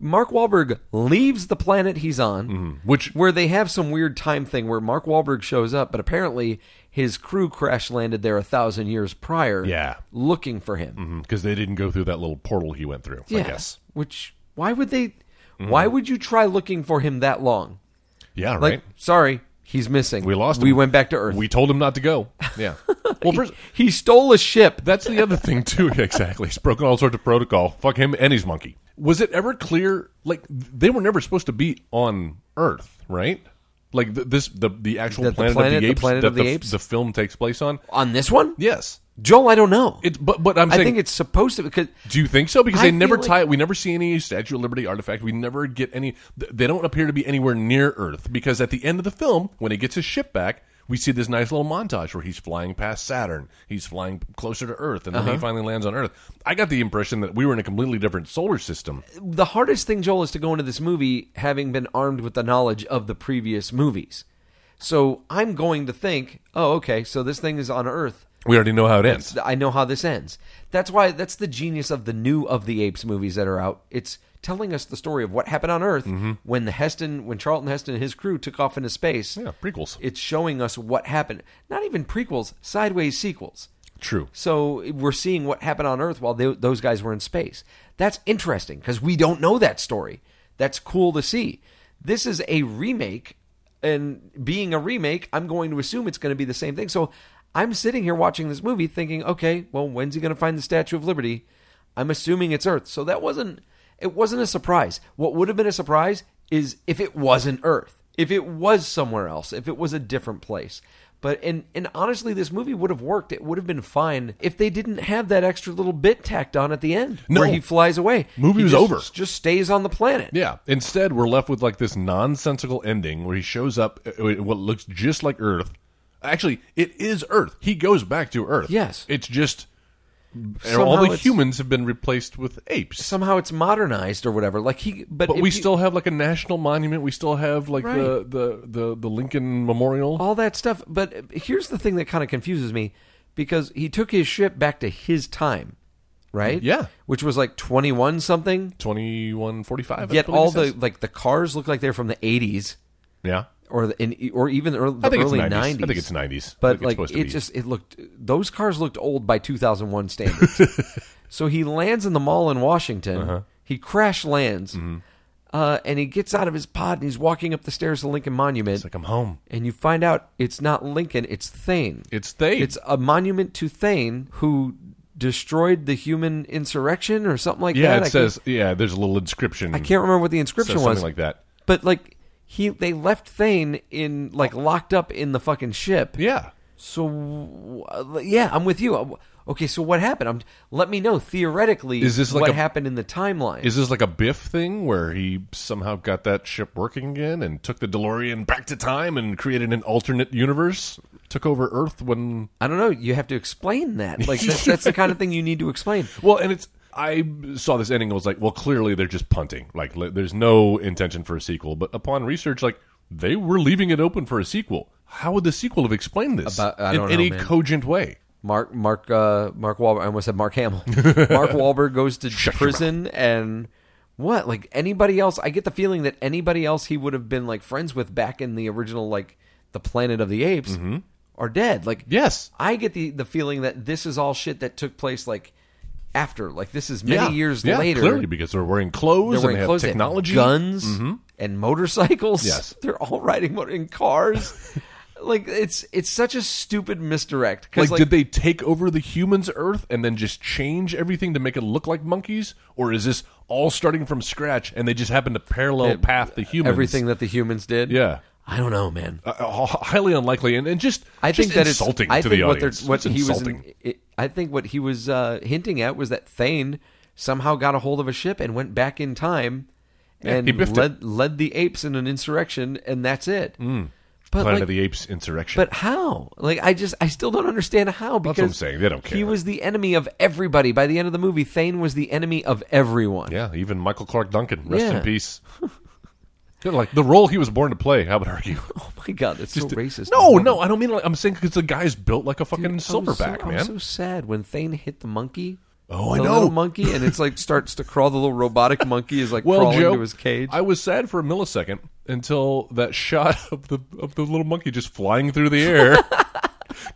Speaker 3: Mark Wahlberg leaves the planet he's on,
Speaker 4: Mm-hmm. Which-
Speaker 3: where they have some weird time thing where Mark Wahlberg shows up, but apparently his crew crash landed there a thousand years prior,
Speaker 4: Yeah.
Speaker 3: looking for him.
Speaker 4: Because Mm, they didn't go through that little portal he went through. I guess. Mm-hmm.
Speaker 3: which why would they? Why would you try looking for him that long?
Speaker 4: Yeah. Right.
Speaker 3: Like, sorry, he's missing.
Speaker 4: we lost.
Speaker 3: We
Speaker 4: him.
Speaker 3: went back to Earth.
Speaker 4: We told him not to go. Yeah. Well, first.
Speaker 3: he stole a ship.
Speaker 4: That's the other thing too. Yeah, Exactly, he's broken all sorts of protocol. Fuck him and his monkey. Was it ever clear? Like they were never supposed to be on Earth, right? Like th- this, the the actual
Speaker 3: That the
Speaker 4: planet,
Speaker 3: planet-
Speaker 4: of the
Speaker 3: the
Speaker 4: apes
Speaker 3: planet
Speaker 4: that
Speaker 3: of the
Speaker 4: f-
Speaker 3: apes?
Speaker 4: the film takes place on.
Speaker 3: on this one,
Speaker 4: Yes,
Speaker 3: Joel, I don't know.
Speaker 4: it. But but I'm
Speaker 3: I
Speaker 4: saying
Speaker 3: think it's supposed to because
Speaker 4: Do you think so? Because
Speaker 3: I
Speaker 4: they never
Speaker 3: feel like-
Speaker 4: tie it. We never see any Statue of Liberty artifact. We never get any. th- They don't appear to be anywhere near Earth. Because at the end of the film, when he gets his ship back, we see this nice little montage where he's flying past Saturn, he's flying closer to Earth, and then
Speaker 3: Uh-huh.
Speaker 4: he finally lands on Earth. I got the impression that we were in a completely different solar system.
Speaker 3: the hardest thing, Joel, is to go into this movie having been armed with the knowledge of the previous movies. So I'm going to think, oh, okay, so this thing is on Earth.
Speaker 4: We already know how it ends.
Speaker 3: I know how this ends. That's why that's the genius of the new of the Apes movies that are out. It's telling us the story of what happened on Earth when the Heston, when Charlton Heston and his crew took off into space.
Speaker 4: Yeah, prequels.
Speaker 3: It's showing us what happened. Not even prequels, sideways sequels.
Speaker 4: True.
Speaker 3: So we're seeing what happened on Earth while tho- those guys were in space. That's interesting because we don't know that story. That's cool to see. This is a remake, and being a remake, I'm going to assume it's going to be the same thing. So I'm sitting here watching this movie thinking, okay, well, when's he going to find the Statue of Liberty? I'm assuming it's Earth. So that wasn't it wasn't a surprise. What would have been a surprise is if it wasn't Earth, if it was somewhere else, if it was a different place. But and and honestly, this movie would have worked. It would have been fine if they didn't have that extra little bit tacked on at the end
Speaker 4: No.
Speaker 3: where he flies away.
Speaker 4: Movie
Speaker 3: He
Speaker 4: was
Speaker 3: just-
Speaker 4: over.
Speaker 3: Just stays on the planet.
Speaker 4: Yeah. Instead, we're left with like this nonsensical ending where he shows up at what looks just like Earth. Actually, it is Earth. He goes back to Earth.
Speaker 3: Yes.
Speaker 4: It's just all
Speaker 3: Somehow
Speaker 4: the
Speaker 3: it's-
Speaker 4: humans have been replaced with apes.
Speaker 3: Somehow it's modernized or whatever. Like he, but,
Speaker 4: but
Speaker 3: if
Speaker 4: we
Speaker 3: you-
Speaker 4: still have like a national monument. We still have like the,
Speaker 3: Right.
Speaker 4: the the the Lincoln Memorial.
Speaker 3: all that stuff. But here's the thing that kind of confuses me because he took his ship back to his time, right?
Speaker 4: Yeah.
Speaker 3: which was like twenty one something.
Speaker 4: Twenty one forty five.
Speaker 3: Yet all the like the cars look like they're from the eighties
Speaker 4: yeah.
Speaker 3: or the in, or even early, the
Speaker 4: I think it's
Speaker 3: early
Speaker 4: 90s. I
Speaker 3: nineties.
Speaker 4: think it's 90s. I
Speaker 3: But
Speaker 4: think it's
Speaker 3: like
Speaker 4: supposed to
Speaker 3: it
Speaker 4: be.
Speaker 3: just it looked those cars looked old by two thousand one standards. so he lands in the mall in Washington.
Speaker 4: Uh-huh.
Speaker 3: He crash lands.
Speaker 4: Mm-hmm.
Speaker 3: Uh, and he gets out of his pod and he's walking up the stairs to Lincoln Monument.
Speaker 4: It's like I'm home.
Speaker 3: and you find out it's not Lincoln, it's Thane.
Speaker 4: It's they.
Speaker 3: It's a monument to Thane who destroyed the human insurrection or something like
Speaker 4: yeah.
Speaker 3: that.
Speaker 4: It
Speaker 3: I
Speaker 4: says yeah. There's a little inscription.
Speaker 3: can't, I can't remember what the
Speaker 4: It says
Speaker 3: inscription
Speaker 4: something
Speaker 3: was.
Speaker 4: like that.
Speaker 3: But like he they left Thane in like locked up in the fucking ship.
Speaker 4: Yeah.
Speaker 3: So uh, yeah, I'm with you. Uh, Okay, so what happened? I'm, let me know theoretically
Speaker 4: Is this like
Speaker 3: what
Speaker 4: a-
Speaker 3: happened in the timeline.
Speaker 4: Is this like a Biff thing where he somehow got that ship working again and took the DeLorean back to time and created an alternate universe? Took over Earth when
Speaker 3: I don't know. You have to explain that. Like that's, that's the kind of thing you need to explain.
Speaker 4: well, and it's I saw this ending and was like, well, clearly they're just punting. Like li- there's no intention for a sequel. But upon research, like they were leaving it open for a sequel. How would the sequel have explained this
Speaker 3: About- I
Speaker 4: in
Speaker 3: don't know,
Speaker 4: any
Speaker 3: man.
Speaker 4: cogent way?
Speaker 3: Mark Mark uh, Mark Wahlberg. I almost said Mark Hamill. Mark Wahlberg goes to
Speaker 4: Shut your
Speaker 3: prison and what? Like anybody else? I get the feeling that anybody else he would have been like friends with back in the original like the Planet of the Apes are dead. Like
Speaker 4: Mm-hmm. Yes.
Speaker 3: I get the the feeling that this is all shit that took place like after. Like this is many
Speaker 4: Yeah.
Speaker 3: years
Speaker 4: Yeah,
Speaker 3: later.
Speaker 4: clearly because they're wearing
Speaker 3: They're
Speaker 4: clothes and
Speaker 3: wearing
Speaker 4: they
Speaker 3: clothes,
Speaker 4: have
Speaker 3: they have
Speaker 4: technology, Mm-hmm.
Speaker 3: guns, and motorcycles.
Speaker 4: Yes.
Speaker 3: they're all riding motor- in cars. like it's it's such a stupid misdirect. 'Cause,
Speaker 4: Like, did they take over the humans' Earth and then just change everything to make it look like monkeys, or is this all starting from scratch and they just happen to parallel path the humans?
Speaker 3: everything that the humans did?
Speaker 4: Yeah.
Speaker 3: I don't know, man.
Speaker 4: Uh, uh, highly unlikely, and, and just
Speaker 3: I
Speaker 4: just
Speaker 3: think that it's
Speaker 4: insulting
Speaker 3: I
Speaker 4: to
Speaker 3: think
Speaker 4: the
Speaker 3: what they're-
Speaker 4: audience.
Speaker 3: What
Speaker 4: It's
Speaker 3: he was,
Speaker 4: insulting.
Speaker 3: it, I think what he was uh, hinting at was that Thane somehow got a hold of a ship and went back in time and
Speaker 4: he biffed it.
Speaker 3: led led the apes in an insurrection, and that's it. But
Speaker 4: Hmm. Planet
Speaker 3: like,
Speaker 4: of the Apes insurrection.
Speaker 3: But how? Like I just I still don't understand how because
Speaker 4: what I'm saying. They don't
Speaker 3: He
Speaker 4: care.
Speaker 3: was the enemy of everybody. By the end of the movie, Thane was the enemy of everyone.
Speaker 4: yeah, even Michael Clark Duncan, rest
Speaker 3: Yeah.
Speaker 4: in peace. They're like the role he was born to play. I would argue.
Speaker 3: Oh my god, that's so racist.
Speaker 4: No, no, I don't mean. Like, I'm saying because the guy's built like a fucking
Speaker 3: Dude, I was so-
Speaker 4: silverback,
Speaker 3: I was
Speaker 4: man.
Speaker 3: so sad when Thane hit the monkey.
Speaker 4: Oh, I
Speaker 3: the
Speaker 4: know.
Speaker 3: little monkey, and it's like starts to crawl. The little robotic monkey is like crawling
Speaker 4: Joe,
Speaker 3: to his cage.
Speaker 4: I was sad for a millisecond until that shot of the of the little monkey just flying through the air.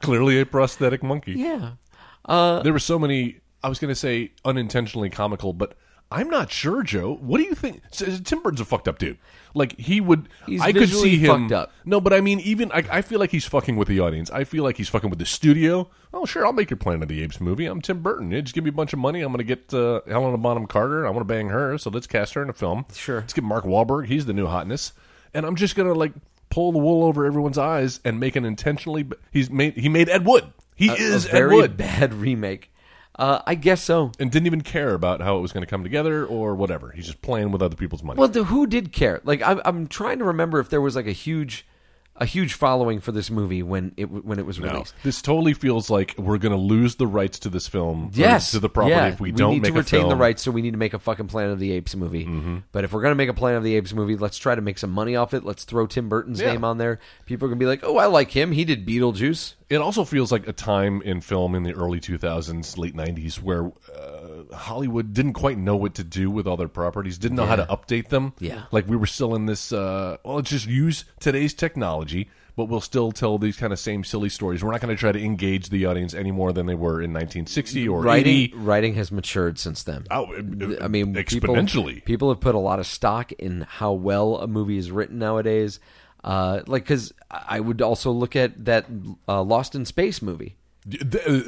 Speaker 4: Clearly a prosthetic monkey.
Speaker 3: yeah, Uh,
Speaker 4: There were so many I was going to say unintentionally comical, but I'm not sure, Joe. What do you think? S- uh, Tim Bird's a fucked up dude. Like he would,
Speaker 3: He's
Speaker 4: I could
Speaker 3: visually
Speaker 4: see him.
Speaker 3: fucked up.
Speaker 4: No, but I mean, even I, I feel like he's fucking with the audience. I feel like he's fucking with the studio. Oh, sure, I'll make your Planet of the Apes movie. I'm Tim Burton. Yeah, just give me a bunch of money. I'm going to get uh, Helena Bonham Carter. I want to bang her, so let's cast her in a film.
Speaker 3: Sure.
Speaker 4: let's get Mark Wahlberg. He's the new hotness, and I'm just going to like pull the wool over everyone's eyes and make an intentionally. He's made. He made Ed Wood. He is
Speaker 3: a
Speaker 4: Ed
Speaker 3: very
Speaker 4: Wood
Speaker 3: bad remake. Uh, I guess so.
Speaker 4: and didn't even care about how it was going to come together or whatever. He's just playing with other people's money.
Speaker 3: Well, the, who did care? Like I'm, I'm trying to remember if there was like a huge a huge following for this movie when it w- when it was released.
Speaker 4: This totally feels like we're going to lose the rights to this film. or
Speaker 3: Yes,
Speaker 4: to the property
Speaker 3: yeah.
Speaker 4: if we, don't
Speaker 3: need
Speaker 4: make
Speaker 3: to
Speaker 4: a
Speaker 3: retain
Speaker 4: film. Mm-hmm.
Speaker 3: the rights, so we need to make a fucking Planet of the Apes movie. But if we're gonna make a Planet of the Apes movie, let's try to make some money off it. Let's throw Tim Burton's
Speaker 4: Yeah.
Speaker 3: name on there. People are gonna be like, "Oh, I like him. He did Beetlejuice."
Speaker 4: It also feels like a time in film in the early 2000s, late 90s, where uh, Hollywood didn't quite know what to do with all their properties, didn't know how to update them.
Speaker 3: Yeah.
Speaker 4: Like we were still in this, uh, well, let's just use today's technology, but we'll still tell these kind of same silly stories. We're not going to try to engage the audience any more than they were in 1960 or
Speaker 3: Writing
Speaker 4: 80.
Speaker 3: writing has matured since then.
Speaker 4: Oh,
Speaker 3: I mean, people-
Speaker 4: exponentially.
Speaker 3: People, have put a lot of stock in how well a movie is written nowadays. Uh, like, because I would also look at that uh, Lost in Space movie.
Speaker 4: Th-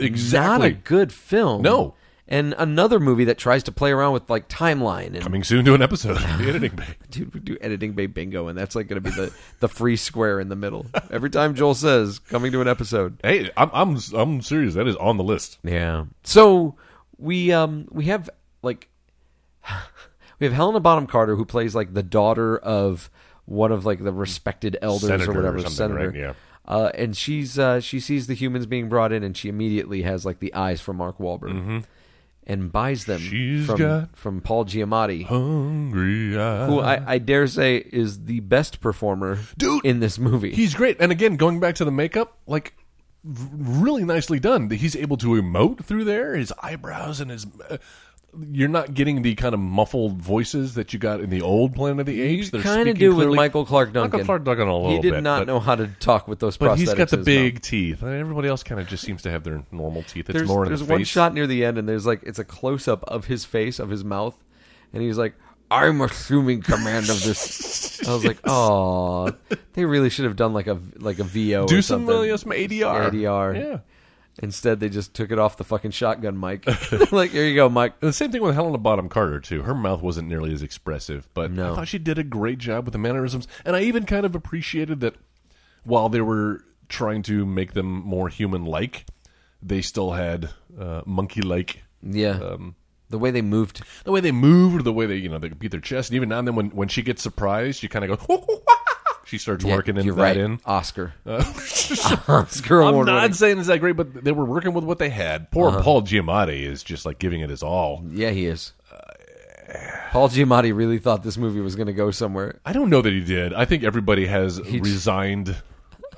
Speaker 3: Not
Speaker 4: exactly.
Speaker 3: a good film.
Speaker 4: No.
Speaker 3: And another movie that tries to play around with like timeline and
Speaker 4: Coming soon to an episode of the Editing Bay.
Speaker 3: dude, we do editing bay bingo, and that's like going to be the the free square in the middle every time Joel says coming to an episode.
Speaker 4: Hey, I'm, I'm I'm serious. That is on the list.
Speaker 3: Yeah. So we um we have like we have Helena Bonham Carter who plays like the daughter of one of like the respected elders
Speaker 4: Senator
Speaker 3: or
Speaker 4: or
Speaker 3: whatever
Speaker 4: something,
Speaker 3: senator.
Speaker 4: right? Yeah.
Speaker 3: Uh, and she's uh, she sees the humans being brought in, and she immediately has like the eyes for Mark Wahlberg, and buys them
Speaker 4: Mm-hmm. She's
Speaker 3: from
Speaker 4: got-
Speaker 3: from Paul Giamatti,
Speaker 4: Hungry eyes.
Speaker 3: who uh, I, I dare say is the best performer
Speaker 4: Dude,
Speaker 3: in this movie.
Speaker 4: He's great. And again, going back to the makeup, like v- really nicely done. He's able to emote through there. His eyebrows and his. Uh, you're not getting the kind of muffled voices that you got in the old Planet of the Apes. They're
Speaker 3: kind
Speaker 4: speaking
Speaker 3: of do with
Speaker 4: clearly-
Speaker 3: Michael Clark Duncan.
Speaker 4: Michael Clark Duncan a little
Speaker 3: he did
Speaker 4: bit,
Speaker 3: not
Speaker 4: but-
Speaker 3: know how to talk with those.
Speaker 4: But he's got
Speaker 3: prosthetics
Speaker 4: the
Speaker 3: in his mouth.
Speaker 4: big teeth. Everybody else kind of just seems to have their normal teeth. It's
Speaker 3: there's,
Speaker 4: more in
Speaker 3: there's
Speaker 4: the
Speaker 3: one
Speaker 4: face.
Speaker 3: shot near the end and there's like it's a close up of his face of his mouth and he's like i'm assuming command of this i was like oh they really should have done like a like a vo
Speaker 4: Do
Speaker 3: or
Speaker 4: some,
Speaker 3: something.
Speaker 4: uh, some ADR.
Speaker 3: ADR.
Speaker 4: Yeah.
Speaker 3: instead they just took it off the fucking shotgun mic like here you go mike
Speaker 4: And the same thing with Helena Bottom Carter too. Her mouth wasn't nearly as expressive, but I thought she did a great job with the mannerisms. And I even kind of appreciated that while they were trying to make them more human-like, they still had uh, monkey-like.
Speaker 3: yeah
Speaker 4: Um,
Speaker 3: the way they moved
Speaker 4: The way they moved, the way they you know they could beat their chest, and even now and then when when she gets surprised, she kind of goes. she starts
Speaker 3: Yeah,
Speaker 4: working in
Speaker 3: you're
Speaker 4: that
Speaker 3: right
Speaker 4: in. Uh,
Speaker 3: oscar oscar
Speaker 4: I'm
Speaker 3: award
Speaker 4: not
Speaker 3: winning.
Speaker 4: saying it's that great, but they were working with what they had. Poor
Speaker 3: Uh-huh.
Speaker 4: Paul Giamatti is just like giving it his all.
Speaker 3: yeah he is paul giamatti really thought this movie was going to go somewhere
Speaker 4: I don't know that he did. I think everybody has
Speaker 3: just-
Speaker 4: resigned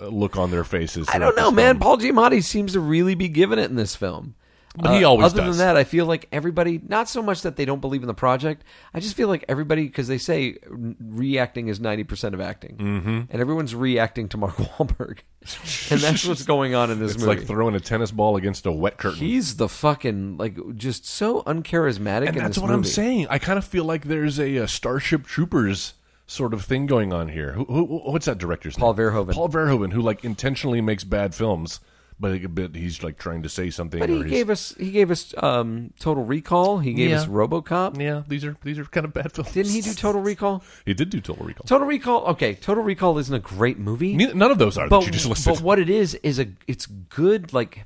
Speaker 4: uh look on their faces.
Speaker 3: I don't
Speaker 4: throughout
Speaker 3: know,
Speaker 4: this
Speaker 3: man.
Speaker 4: film.
Speaker 3: Paul Giamatti seems to really be giving it in this film. Uh,
Speaker 4: But he always
Speaker 3: other
Speaker 4: does.
Speaker 3: than that, I feel like everybody, not so much that they don't believe in the project, I just feel like everybody, because they say n- reacting is 90% of acting. Mm-hmm. And everyone's reacting to Mark Wahlberg. and that's what's going on in this
Speaker 4: It's
Speaker 3: movie.
Speaker 4: like throwing a tennis ball against a wet curtain.
Speaker 3: He's the fucking, like, just so uncharismatic
Speaker 4: and
Speaker 3: in
Speaker 4: that's
Speaker 3: this
Speaker 4: what I'm
Speaker 3: movie.
Speaker 4: saying. I kind of feel like there's a, uh Starship Troopers sort of thing going on here. Who, who, what's that director's
Speaker 3: Paul
Speaker 4: name?
Speaker 3: Verhoeven.
Speaker 4: Paul Verhoeven, who like intentionally makes bad films, but, but he's like trying to say something.
Speaker 3: But
Speaker 4: or
Speaker 3: he
Speaker 4: he's-
Speaker 3: gave us he gave us um, Total Recall. He gave
Speaker 4: Yeah.
Speaker 3: us RoboCop.
Speaker 4: Yeah, these are these are kind of bad films.
Speaker 3: Didn't he do Total Recall?
Speaker 4: He did do Total Recall.
Speaker 3: Total Recall. Okay, Total Recall isn't a great movie.
Speaker 4: Neither- None of those are
Speaker 3: but,
Speaker 4: that you just listed.
Speaker 3: but what it is is a it's good like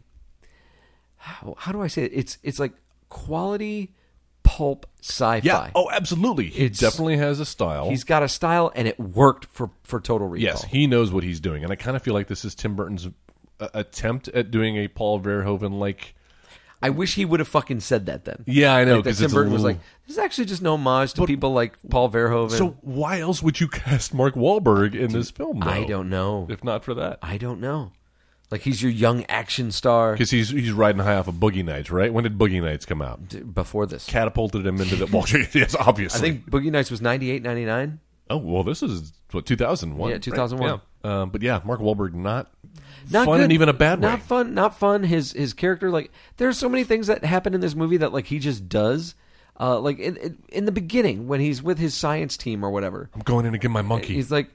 Speaker 3: how, how do I say it? It's it's like quality pulp sci-fi.
Speaker 4: yeah. Oh, absolutely. He
Speaker 3: It's-
Speaker 4: definitely has a style.
Speaker 3: He's got a style and it worked for for Total Recall.
Speaker 4: Yes, he knows what he's doing, and I kind of feel like this is Tim Burton's uh, attempt at doing a Paul Verhoeven like.
Speaker 3: I wish he would have fucking said that then.
Speaker 4: Yeah, I know
Speaker 3: Like that Tim Burton was like, "This is actually just an homage to people like Paul Verhoeven."
Speaker 4: So why else would you cast Mark Wahlberg in this film? Though,
Speaker 3: I don't know.
Speaker 4: if not for that,
Speaker 3: I don't know. Like he's your young action star
Speaker 4: because he's he's riding high off of Boogie Nights, right? When did Boogie Nights come out?
Speaker 3: d- before this.
Speaker 4: Catapulted him into the well, yes, obviously.
Speaker 3: I think Boogie Nights was 98, 99.
Speaker 4: Oh well, this is what two thousand one.
Speaker 3: Yeah, 2001.
Speaker 4: Yeah. Um, but yeah, Mark Wahlberg not,
Speaker 3: not
Speaker 4: fun
Speaker 3: good.
Speaker 4: and even a bad
Speaker 3: not
Speaker 4: way.
Speaker 3: fun not fun his his character like there's so many things that happen in this movie that like he just does uh like in, in, in the beginning when he's with his science team or whatever
Speaker 4: I'm going in to get my monkey.
Speaker 3: he's like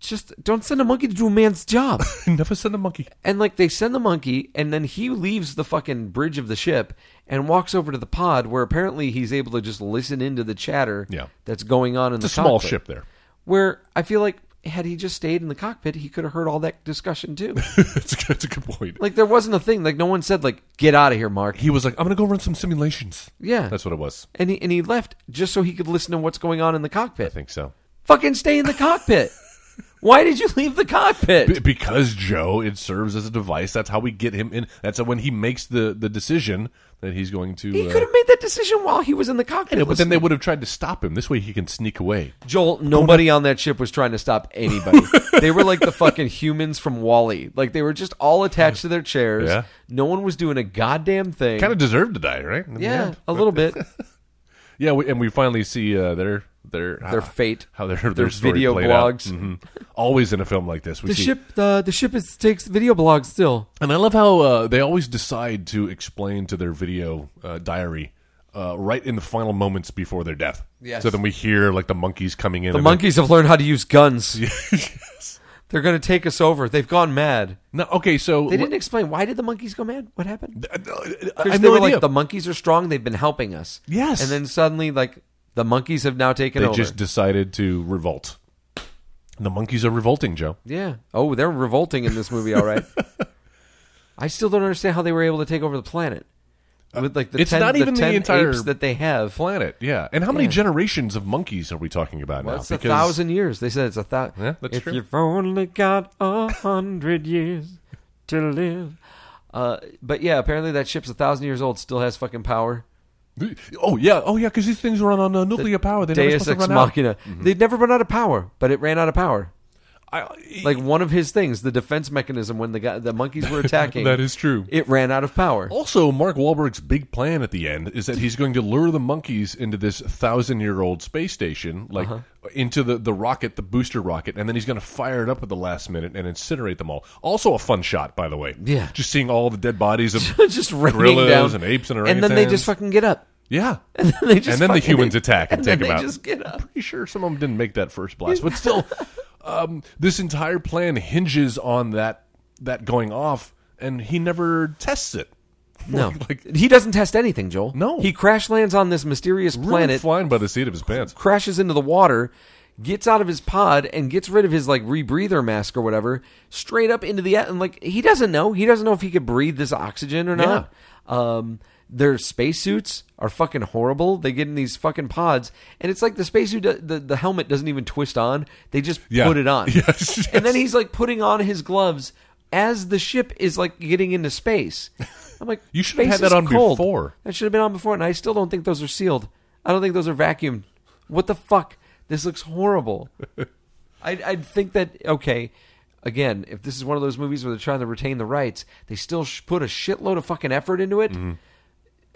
Speaker 3: just don't send a monkey to do a man's job
Speaker 4: Never send a monkey.
Speaker 3: and like they send the monkey and then he leaves the fucking bridge of the ship and walks over to the pod where apparently he's able to just listen into the chatter
Speaker 4: Yeah.
Speaker 3: that's going on in
Speaker 4: It's a
Speaker 3: the
Speaker 4: small
Speaker 3: cockpit.
Speaker 4: ship there.
Speaker 3: where i feel like had he just stayed in the cockpit he could have heard all that discussion too
Speaker 4: it's, a, it's a good point.
Speaker 3: Like there wasn't a thing. Like no one said like get out of here, Mark.
Speaker 4: he was like, I'm gonna go run some simulations.
Speaker 3: Yeah,
Speaker 4: That's what it was.
Speaker 3: and he and he left just so he could listen to what's going on in the cockpit.
Speaker 4: I think so.
Speaker 3: Fucking stay in the cockpit. Why did you leave the cockpit?
Speaker 4: B- because Joe, it serves as a device. That's how we get him in. That's when he makes the, the decision that he's going to.
Speaker 3: he
Speaker 4: uh,
Speaker 3: could have made that decision while he was in the cockpit.
Speaker 4: I know, but
Speaker 3: listening.
Speaker 4: then they would have tried to stop him. This way, he can sneak away.
Speaker 3: Joel, nobody on that ship was trying to stop anybody. they were like the fucking humans from Wally. Like they were just all attached to their chairs.
Speaker 4: Yeah.
Speaker 3: No one was doing a goddamn thing.
Speaker 4: Kind of deserved to die, right? In the
Speaker 3: yeah,
Speaker 4: end.
Speaker 3: a little bit.
Speaker 4: yeah. We, and we finally see uh, their their
Speaker 3: Their
Speaker 4: ah,
Speaker 3: fate.
Speaker 4: how their their,
Speaker 3: Their
Speaker 4: story
Speaker 3: video
Speaker 4: played out.
Speaker 3: blogs.
Speaker 4: Mhm. Always in a film like this, we
Speaker 3: The
Speaker 4: see
Speaker 3: ship, uh, the ship is, takes video blogs still.
Speaker 4: And I love how uh, they always decide to explain to their video uh, diary uh, right in the final moments before their death.
Speaker 3: Yes.
Speaker 4: So then we hear like the monkeys coming in.
Speaker 3: The
Speaker 4: and
Speaker 3: monkeys have learned how to use guns. They're going to take us over. They've gone mad.
Speaker 4: No, okay, so
Speaker 3: They didn't explain why did the monkeys go mad. What happened?
Speaker 4: I, I
Speaker 3: Because
Speaker 4: have
Speaker 3: they
Speaker 4: no
Speaker 3: were
Speaker 4: idea.
Speaker 3: like the monkeys are strong. They've been helping us.
Speaker 4: Yes.
Speaker 3: And then suddenly, like the monkeys have now taken
Speaker 4: they
Speaker 3: over.
Speaker 4: just decided to revolt. The monkeys are revolting, Joe.
Speaker 3: Yeah. Oh, they're revolting in this movie, all right. I still don't understand how they were able to take over the planet with like the
Speaker 4: it's
Speaker 3: ten,
Speaker 4: not even
Speaker 3: the
Speaker 4: the
Speaker 3: 10
Speaker 4: entire
Speaker 3: apes that they have.
Speaker 4: Planet, yeah. And how many generations of monkeys are we talking about now?
Speaker 3: That's a thousand years. They said it's a thousand.
Speaker 4: Yeah, that's
Speaker 3: if
Speaker 4: true.
Speaker 3: you've only got a hundred years to live. Uh, but yeah, apparently that ship's a thousand years old, still has fucking power.
Speaker 4: Oh yeah, oh yeah, because these things run on uh, nuclear power. They never
Speaker 3: Deus
Speaker 4: supposed
Speaker 3: ex
Speaker 4: to run out.
Speaker 3: machina. They'd never run out of power, but it ran out of power.
Speaker 4: I,
Speaker 3: Like one of his things, the defense mechanism when the guy, the monkeys were attacking.
Speaker 4: That is true.
Speaker 3: It ran out of power.
Speaker 4: Also, Mark Wahlberg's big plan at the end is that he's going to lure the monkeys into this thousand-year-old space station, like
Speaker 3: Uh-huh.
Speaker 4: into the, the rocket, the booster rocket, and then he's going to fire it up at the last minute and incinerate them all. Also, a fun shot, by the way.
Speaker 3: Yeah.
Speaker 4: just seeing all the dead bodies of
Speaker 3: just raining
Speaker 4: gorillas
Speaker 3: down
Speaker 4: and apes and
Speaker 3: then they
Speaker 4: orangutans.
Speaker 3: just fucking get up.
Speaker 4: yeah,
Speaker 3: And then they just
Speaker 4: And then the
Speaker 3: fucking-
Speaker 4: humans attack and
Speaker 3: then
Speaker 4: take 'em
Speaker 3: they
Speaker 4: out.
Speaker 3: Just get up.
Speaker 4: pretty sure some of them didn't make that first blast, but still, um, this entire plan hinges on that that going off, and he never tests it.
Speaker 3: No,
Speaker 4: Like-
Speaker 3: he doesn't test anything, Joel.
Speaker 4: No.
Speaker 3: he crash lands on this mysterious
Speaker 4: Really
Speaker 3: planet,
Speaker 4: flying by the seat of his pants.
Speaker 3: crashes into the water, gets out of his pod, and gets rid of his like rebreather mask or whatever, straight up into the at- and like he doesn't know. He doesn't know if he could breathe this oxygen or not. Um, their spacesuits are fucking horrible. They get in these fucking pods, and it's like the spacesuit, do- the the helmet doesn't even twist on. They just
Speaker 4: Yeah.
Speaker 3: put it on.
Speaker 4: Yes, yes.
Speaker 3: And then he's like putting on his gloves as the ship is like getting into space. I'm like,
Speaker 4: You should have had
Speaker 3: space
Speaker 4: that
Speaker 3: is
Speaker 4: on
Speaker 3: cold.
Speaker 4: before.
Speaker 3: That should have been on before, and I still don't think those are sealed. I don't think those are vacuumed. What the fuck? This looks horrible. I I think that okay. Again, if this is one of those movies where they're trying to retain the rights, they still sh- put a shitload of fucking effort into it.
Speaker 4: Mm-hmm.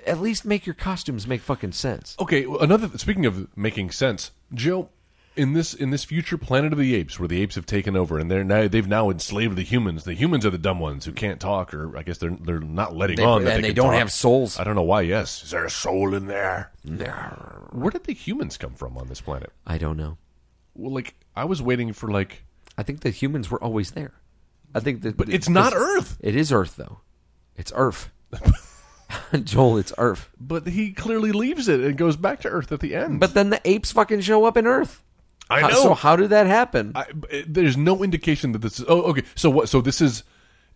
Speaker 3: At least make your costumes make fucking sense.
Speaker 4: Okay, well, another speaking of making sense, Joe, in this in this future Planet of the Apes, where the apes have taken over and they're now they've now enslaved the humans. The humans are the dumb ones who can't talk, or I guess they're they're not letting
Speaker 3: They-
Speaker 4: on. that
Speaker 3: and they
Speaker 4: can
Speaker 3: don't
Speaker 4: talk.
Speaker 3: have souls.
Speaker 4: I don't know why. Yes, is there a soul in there? Where did the humans come from on this planet?
Speaker 3: I don't know.
Speaker 4: Well, like I was waiting for like,
Speaker 3: I think the humans were always there. I think that,
Speaker 4: but it's not
Speaker 3: this-
Speaker 4: Earth.
Speaker 3: It is Earth, though. It's Earth. Joel, it's Earth.
Speaker 4: But he clearly leaves it and goes back to Earth at the end.
Speaker 3: But then the apes fucking show up in Earth.
Speaker 4: I
Speaker 3: How-
Speaker 4: know.
Speaker 3: So how did that happen?
Speaker 4: I, b- there's no indication that this is. Oh, okay. So what? So this is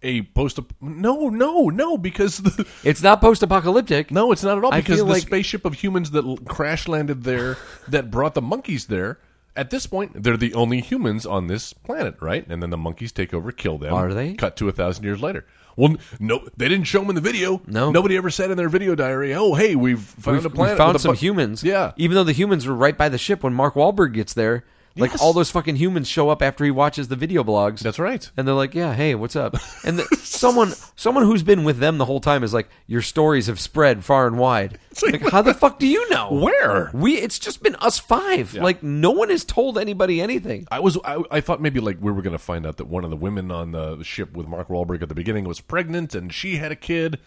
Speaker 4: a post. No, no, no. Because the,
Speaker 3: it's not post-apocalyptic.
Speaker 4: no, it's not at all.
Speaker 3: I
Speaker 4: Because the
Speaker 3: feel like-
Speaker 4: spaceship of humans that l- crash landed there, that brought the monkeys there. At this point, they're the only humans on this planet, right? And then the monkeys take over, kill them.
Speaker 3: Are they?
Speaker 4: Cut to a thousand years later. Well, n- no, they didn't show them in the video.
Speaker 3: No.
Speaker 4: nobody ever said in their video diary, "Oh, hey, we've found
Speaker 3: We've-
Speaker 4: a
Speaker 3: we
Speaker 4: planet."
Speaker 3: found
Speaker 4: with a
Speaker 3: some
Speaker 4: bu-
Speaker 3: humans.
Speaker 4: Yeah,
Speaker 3: Even though the humans were right by the ship when Mark Wahlberg gets there, like
Speaker 4: Yes.
Speaker 3: all those fucking humans show up after he watches the video blogs.
Speaker 4: that's right.
Speaker 3: And they're like, "Yeah, hey, what's up?" And the, someone, someone who's been with them the whole time is like, "Your stories have spread far and wide." like, how the fuck do you know?
Speaker 4: Where?
Speaker 3: we? It's just been us five. Like, no one has told anybody anything.
Speaker 4: I was I, I thought maybe like we were gonna find out that one of the women on the ship with Mark Wahlberg at the beginning was pregnant and she had a kid,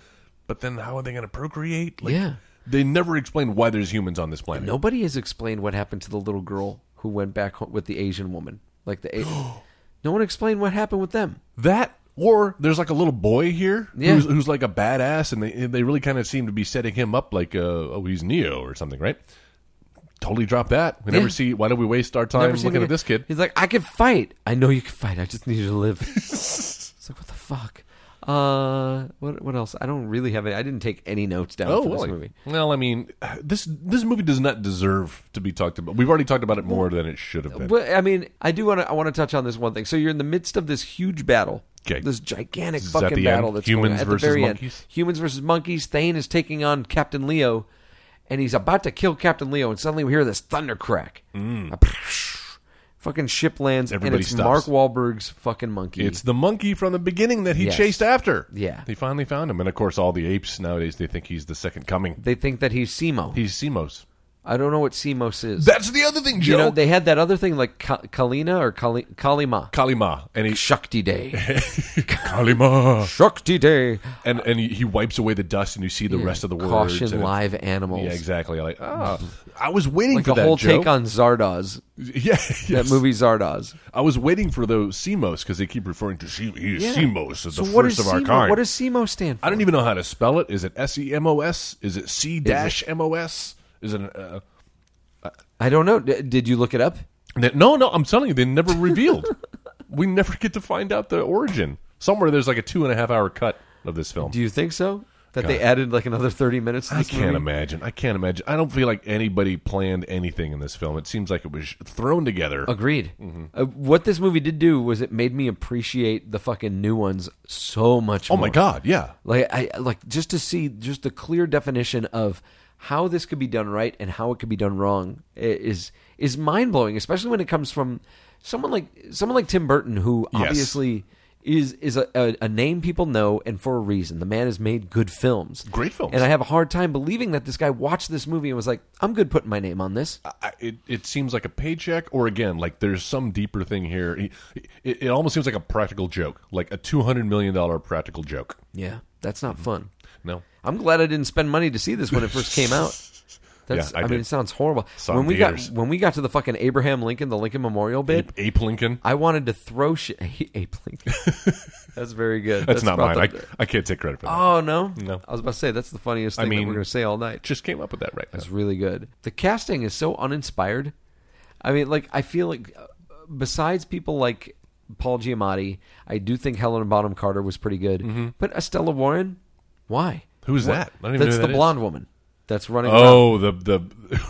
Speaker 4: but then how are they gonna procreate? Like,
Speaker 3: Yeah.
Speaker 4: they never explained why there's humans on this planet.
Speaker 3: Nobody has explained what happened to the little girl who went back home with the Asian woman. Like the, A- no one explained what happened with them.
Speaker 4: That or there's like a little boy here
Speaker 3: Yeah.
Speaker 4: who's, who's like a badass, and they they really kind of seem to be setting him up like uh, oh he's Neo or something, right? Totally drop that. We
Speaker 3: Yeah.
Speaker 4: never see. Why do we waste our
Speaker 3: Never
Speaker 4: time
Speaker 3: seen
Speaker 4: looking
Speaker 3: him
Speaker 4: at this
Speaker 3: again.
Speaker 4: kid?
Speaker 3: He's like, I can fight. I know you can fight. I just need you to live. it's like, what the fuck? Uh, what what else? I don't really have it. I didn't take any notes down for this movie.
Speaker 4: Oh, Well, I mean, this this movie does not deserve to be talked about. We've already talked about it more than it should have been.
Speaker 3: Well, I mean, I do want to. I want to touch on this one thing. So you're in the midst of this huge battle.
Speaker 4: Okay.
Speaker 3: This gigantic
Speaker 4: that
Speaker 3: fucking
Speaker 4: the
Speaker 3: battle
Speaker 4: end?
Speaker 3: that's
Speaker 4: Humans
Speaker 3: going on at
Speaker 4: versus
Speaker 3: the very
Speaker 4: monkeys?
Speaker 3: end. Humans versus monkeys. Thane is taking on Captain Leo, and he's about to kill Captain Leo, and suddenly we hear this thunder crack. A fucking ship lands,
Speaker 4: Mm. Everybody
Speaker 3: and it's
Speaker 4: stops.
Speaker 3: Mark Wahlberg's fucking monkey.
Speaker 4: It's the monkey from the beginning that he
Speaker 3: Yes.
Speaker 4: chased after.
Speaker 3: Yeah.
Speaker 4: They finally found him. And of course, all the apes nowadays, they think he's the second coming.
Speaker 3: they think that he's Semos.
Speaker 4: He's Simos.
Speaker 3: I don't know what Semos is.
Speaker 4: That's the other thing, Joe.
Speaker 3: you know, they had that other thing like Ka- Kalina or Kali- Kalima.
Speaker 4: Kalima. And he,
Speaker 3: Shakti Day.
Speaker 4: Kalima.
Speaker 3: Shakti Day.
Speaker 4: And, and he he wipes away the dust, and you see the rest of the words. and
Speaker 3: Caution
Speaker 4: it's-
Speaker 3: live animals.
Speaker 4: Yeah, exactly. Like, ah, I was waiting
Speaker 3: Like
Speaker 4: for
Speaker 3: the
Speaker 4: that,
Speaker 3: whole
Speaker 4: Joe.
Speaker 3: take on Zardoz.
Speaker 4: yeah,
Speaker 3: That
Speaker 4: yes.
Speaker 3: movie Zardoz.
Speaker 4: I was waiting for those Simos because they keep referring to Se- he is Simos as
Speaker 3: So
Speaker 4: the
Speaker 3: what
Speaker 4: first
Speaker 3: is
Speaker 4: of our
Speaker 3: SEMO
Speaker 4: kind.
Speaker 3: What does SEMO stand for?
Speaker 4: I don't even know how to spell it. Is it S E M O S? Is it C dash M O S? Is it an, uh,
Speaker 3: I don't know. D- did you look it up?
Speaker 4: That- no, no, I'm telling you, they never revealed. we never get to find out the origin. Somewhere there's like a two and a half hour cut of this film.
Speaker 3: Do you think so? That they added like another 30 minutes to
Speaker 4: I
Speaker 3: this
Speaker 4: can't
Speaker 3: movie?
Speaker 4: imagine. I can't imagine. I don't feel like anybody planned anything in this film. It seems like it was thrown together.
Speaker 3: Agreed.
Speaker 4: Mm-hmm.
Speaker 3: Uh, what this movie did do was it made me appreciate the fucking new ones so much
Speaker 4: oh
Speaker 3: more.
Speaker 4: my god, yeah.
Speaker 3: Like I like just to see just the clear definition of how this could be done right and how it could be done wrong i- is is mind blowing, especially when it comes from someone like someone like Tim Burton, who
Speaker 4: Yes.
Speaker 3: obviously is is a, a, a name people know and for a reason. The man has made good films,
Speaker 4: Great films.
Speaker 3: and I have a hard time believing that this guy watched this movie and was like, "I'm good putting my name on this."
Speaker 4: I, it it seems like a paycheck, or again, like there's some deeper thing here. He- It, it almost seems like a practical joke, like a two hundred million dollar practical joke.
Speaker 3: Yeah, that's not
Speaker 4: mm-hmm.
Speaker 3: fun.
Speaker 4: No,
Speaker 3: I'm glad I didn't spend money to see this when it first came out. That's,
Speaker 4: Yeah, I
Speaker 3: I, mean,
Speaker 4: did.
Speaker 3: it sounds horrible.
Speaker 4: Saw it
Speaker 3: when
Speaker 4: in
Speaker 3: we
Speaker 4: theaters.
Speaker 3: got when we got to the fucking Abraham Lincoln, the Lincoln Memorial bit,
Speaker 4: Ape, Ape Lincoln.
Speaker 3: I wanted to throw shit. Abe Lincoln. That's very good.
Speaker 4: That's, not
Speaker 3: about
Speaker 4: mine.
Speaker 3: the-
Speaker 4: I, I can't take credit for that.
Speaker 3: oh no,
Speaker 4: No.
Speaker 3: I was about to say that's the funniest thing that
Speaker 4: mean-
Speaker 3: we're going to say all night.
Speaker 4: Just came up with that right now.
Speaker 3: It's really good. The casting is so uninspired. I mean, like I feel like uh, besides people like Paul Giamatti, I do think Helen Bonham Carter was pretty good.
Speaker 4: Mm-hmm.
Speaker 3: But Estella Warren, why?
Speaker 4: Who's
Speaker 3: What-
Speaker 4: that? I don't even know
Speaker 3: That's
Speaker 4: who
Speaker 3: the
Speaker 4: that is.
Speaker 3: blonde woman. That's running. around.
Speaker 4: Oh, the the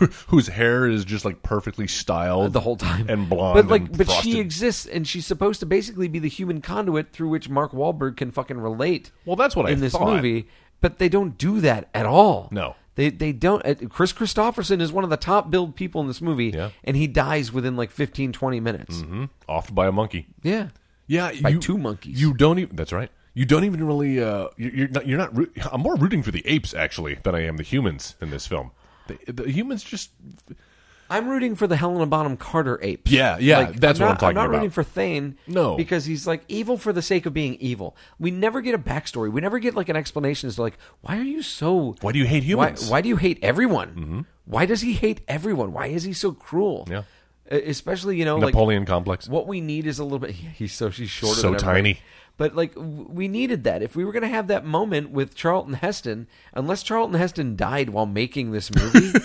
Speaker 4: whose hair is just like perfectly styled
Speaker 3: the whole time
Speaker 4: and blonde,
Speaker 3: But like,
Speaker 4: and
Speaker 3: but
Speaker 4: frosted.
Speaker 3: she exists, and she's supposed to basically be the human conduit through which Mark Wahlberg can fucking relate.
Speaker 4: Well, that's what I
Speaker 3: in this
Speaker 4: thought.
Speaker 3: movie, but they don't do that at all.
Speaker 4: No.
Speaker 3: They, they don't. uh, Chris Christopherson is one of the top billed people in this movie,
Speaker 4: Yeah.
Speaker 3: and he dies within like 15, 20 minutes.
Speaker 4: Mhm. off by a monkey.
Speaker 3: Yeah.
Speaker 4: Yeah,
Speaker 3: By
Speaker 4: you,
Speaker 3: two monkeys.
Speaker 4: You don't even. That's right. You don't even really. Uh, you- you're not. You're not. Root, I'm more rooting for the apes actually than I am the humans in this film. The, the humans just.
Speaker 3: I'm rooting for the Helena Bonham Carter apes.
Speaker 4: Yeah, yeah, that's
Speaker 3: I'm
Speaker 4: what I'm
Speaker 3: not,
Speaker 4: talking
Speaker 3: I'm not
Speaker 4: about.
Speaker 3: rooting for Thane.
Speaker 4: No.
Speaker 3: because he's like evil for the sake of being evil. We never get a backstory. We never get like an explanation as to like why are you so?
Speaker 4: Why do you hate humans? Mm-hmm.
Speaker 3: Why, why do you hate everyone? Why does he hate everyone? Why is he so cruel?
Speaker 4: Yeah.
Speaker 3: E- especially you know like
Speaker 4: Napoleon complex.
Speaker 3: What we need is a little bit. He's so she's shorter,
Speaker 4: So
Speaker 3: than everybody.
Speaker 4: tiny.
Speaker 3: But like w- we needed that if we were going to have that moment with Charlton Heston, unless Charlton Heston died while making this movie,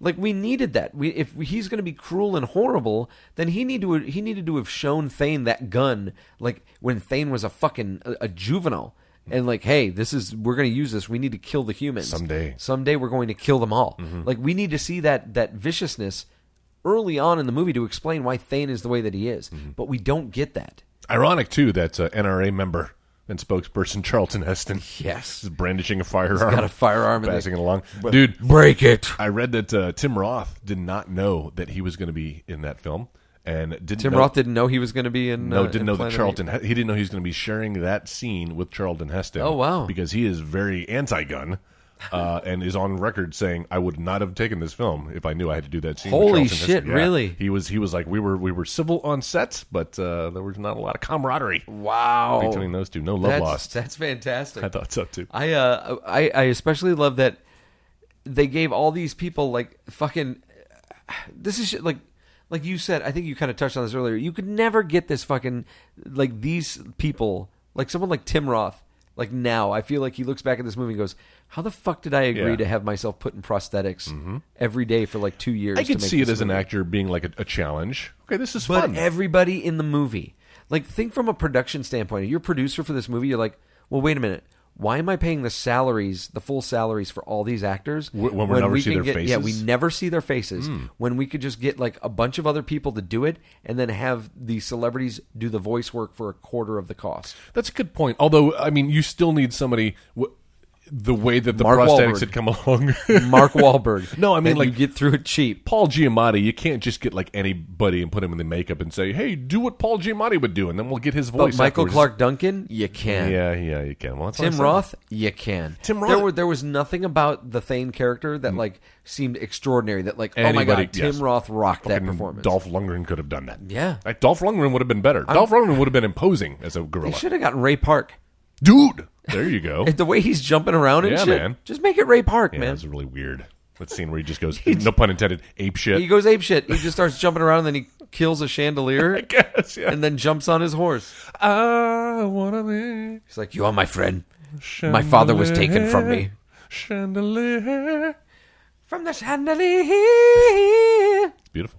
Speaker 3: like we needed that. We if he's going to be cruel and horrible, then he need to he needed to have shown Thane that gun like when Thane was a fucking a, a juvenile. And like, hey, this is we're going to use this. We need to kill the humans
Speaker 4: Someday.
Speaker 3: Someday we're going to kill them all. Like we need to see that that viciousness early on in the movie to explain why Thane is the way that he is. But we don't get that.
Speaker 4: Ironic too. That's a NRA member and spokesperson Charlton Heston.
Speaker 3: Yes.
Speaker 4: is brandishing a firearm.
Speaker 3: got a firearm and they-
Speaker 4: passing it along, dude.
Speaker 3: Break it.
Speaker 4: I read that uh, Tim Roth did not know that he was going to be in that film, and didn't
Speaker 3: Tim
Speaker 4: know,
Speaker 3: Roth didn't know he was going to be in.
Speaker 4: no
Speaker 3: uh,
Speaker 4: didn't
Speaker 3: in
Speaker 4: know that
Speaker 3: Planet
Speaker 4: Charlton he didn't know he was going to be sharing that scene with Charlton Heston.
Speaker 3: Oh, wow.
Speaker 4: because he is very anti-gun. Uh, and is on record saying I would not have taken this film if I knew I had to do that scene. with
Speaker 3: Holy
Speaker 4: Charlton
Speaker 3: shit,
Speaker 4: Heston." Yeah.
Speaker 3: really?
Speaker 4: He was he was like we were we were civil on set, but uh, there was not a lot of camaraderie
Speaker 3: Eight. Wow.
Speaker 4: between those two. No love
Speaker 3: that's,
Speaker 4: lost.
Speaker 3: That's fantastic.
Speaker 4: I thought so too.
Speaker 3: I uh I, I especially love that they gave all these people like fucking this is shit, like like you said I think you kind of touched on this earlier you could never get this fucking like these people like someone like Tim Roth like now I feel like he looks back at this movie and goes how the fuck did I agree
Speaker 4: Yeah. Mm-hmm.
Speaker 3: to have myself put in prosthetics every day for like 2 years
Speaker 4: I
Speaker 3: to
Speaker 4: could
Speaker 3: make
Speaker 4: see it
Speaker 3: this
Speaker 4: as an
Speaker 3: movie?
Speaker 4: actor being like a, a challenge. Okay, this is
Speaker 3: but
Speaker 4: fun.
Speaker 3: everybody in the movie. Like, think from a production standpoint. If you're a producer for this movie, you're like, well, wait a minute. Why am I paying the salaries, the full salaries for all these actors
Speaker 4: Wh- when we never see
Speaker 3: can
Speaker 4: their
Speaker 3: get- Yeah, we
Speaker 4: faces? Hmm.
Speaker 3: never see their faces. When we could just get like a bunch of other people to do it, and then have the celebrities do the voice work for a quarter of the cost.
Speaker 4: That's a good point. Although, I mean, you still need somebody. W- the way that the
Speaker 3: Mark
Speaker 4: prosthetics
Speaker 3: Wahlberg.
Speaker 4: had come along,
Speaker 3: Mark Wahlberg.
Speaker 4: No, I mean,
Speaker 3: And
Speaker 4: like-
Speaker 3: you get through it cheap.
Speaker 4: Paul Giamatti, you can't just get like anybody and put him in the makeup and say, "Hey, do what Paul Giamatti would do," and then we'll get his voice.
Speaker 3: But Michael
Speaker 4: afterwards.
Speaker 3: Clark Duncan, you can.
Speaker 4: Yeah, yeah, you can. Well, that's what I
Speaker 3: Tim
Speaker 4: said.
Speaker 3: Roth, you can.
Speaker 4: Tim
Speaker 3: There,
Speaker 4: Roth- Mm.
Speaker 3: were, there was nothing about the Thane character that like seemed extraordinary. That like, oh my
Speaker 4: Anybody-
Speaker 3: god,
Speaker 4: yes.
Speaker 3: Tim Roth rocked that
Speaker 4: Fucking
Speaker 3: performance.
Speaker 4: Dolph Lundgren could have done that.
Speaker 3: Yeah.
Speaker 4: like, Dolph Lundgren would have been better. Dolph Lundgren would have been imposing as a
Speaker 3: They
Speaker 4: gorilla.
Speaker 3: should have gotten Ray Park.
Speaker 4: Dude, there you go.
Speaker 3: And The way he's jumping around and
Speaker 4: Yeah,
Speaker 3: shit,
Speaker 4: man.
Speaker 3: just make it Ray Park,
Speaker 4: yeah,
Speaker 3: man.
Speaker 4: that's really weird. That scene where he just goes, no pun intended, ape shit.
Speaker 3: He goes ape shit. He just starts jumping around, and then he kills a
Speaker 4: Oh
Speaker 3: chandelier,
Speaker 4: Yes, yeah.
Speaker 3: and then jumps on his horse.
Speaker 4: I wanna be
Speaker 3: He's like, "You are my friend. My father was taken from me."
Speaker 4: chandelier.
Speaker 3: From the chandelier.
Speaker 4: It's beautiful.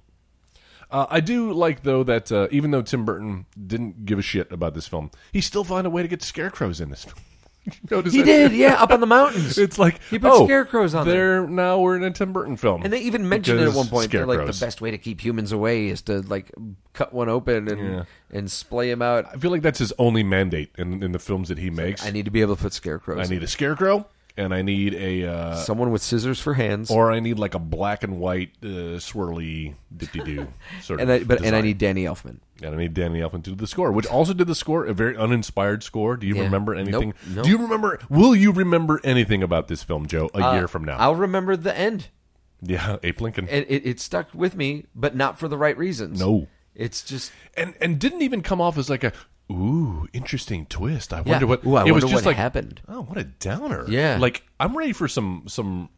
Speaker 4: Uh, I do like though that uh, even though Tim Burton didn't give a shit about this film, he still found a way to get scarecrows in this film. You notice
Speaker 3: He
Speaker 4: that?
Speaker 3: did, yeah, up on the mountains.
Speaker 4: It's like
Speaker 3: He put
Speaker 4: oh,
Speaker 3: scarecrows on
Speaker 4: They're now we're in a Tim Burton film,
Speaker 3: And they even mentioned it at
Speaker 4: Because
Speaker 3: one point. They're like the
Speaker 4: scarecrows.
Speaker 3: best way to keep humans away is to like cut one open and
Speaker 4: Yeah.
Speaker 3: and splay him out.
Speaker 4: I feel like that's his only mandate in, in the films that he makes.
Speaker 3: I need to be able to put scarecrows.
Speaker 4: I need a scarecrow, and I need a, uh,
Speaker 3: someone with scissors for hands.
Speaker 4: or I need like a black and white uh, swirly dipty doo sort
Speaker 3: and I,
Speaker 4: of.
Speaker 3: but and I
Speaker 4: design.
Speaker 3: need Danny Elfman.
Speaker 4: and I need Danny Elfman to do the score, which also did the score, a very uninspired score. Do you
Speaker 3: Yeah.
Speaker 4: remember anything?
Speaker 3: Nope. Nope.
Speaker 4: Do you remember? Will you remember anything about this film, Joe? A year from now,
Speaker 3: Uh, I'll remember the end,
Speaker 4: yeah, Ape Lincoln, and,
Speaker 3: and it, it stuck with me, but not for the right reasons.
Speaker 4: No.
Speaker 3: it's just
Speaker 4: and didn't even come off as like a ooh interesting twist. I
Speaker 3: Yeah.
Speaker 4: wonder what
Speaker 3: Ooh, I
Speaker 4: it was
Speaker 3: wonder
Speaker 4: just
Speaker 3: what
Speaker 4: like
Speaker 3: happened.
Speaker 4: Oh, what a downer!
Speaker 3: Yeah.
Speaker 4: like I'm ready for some some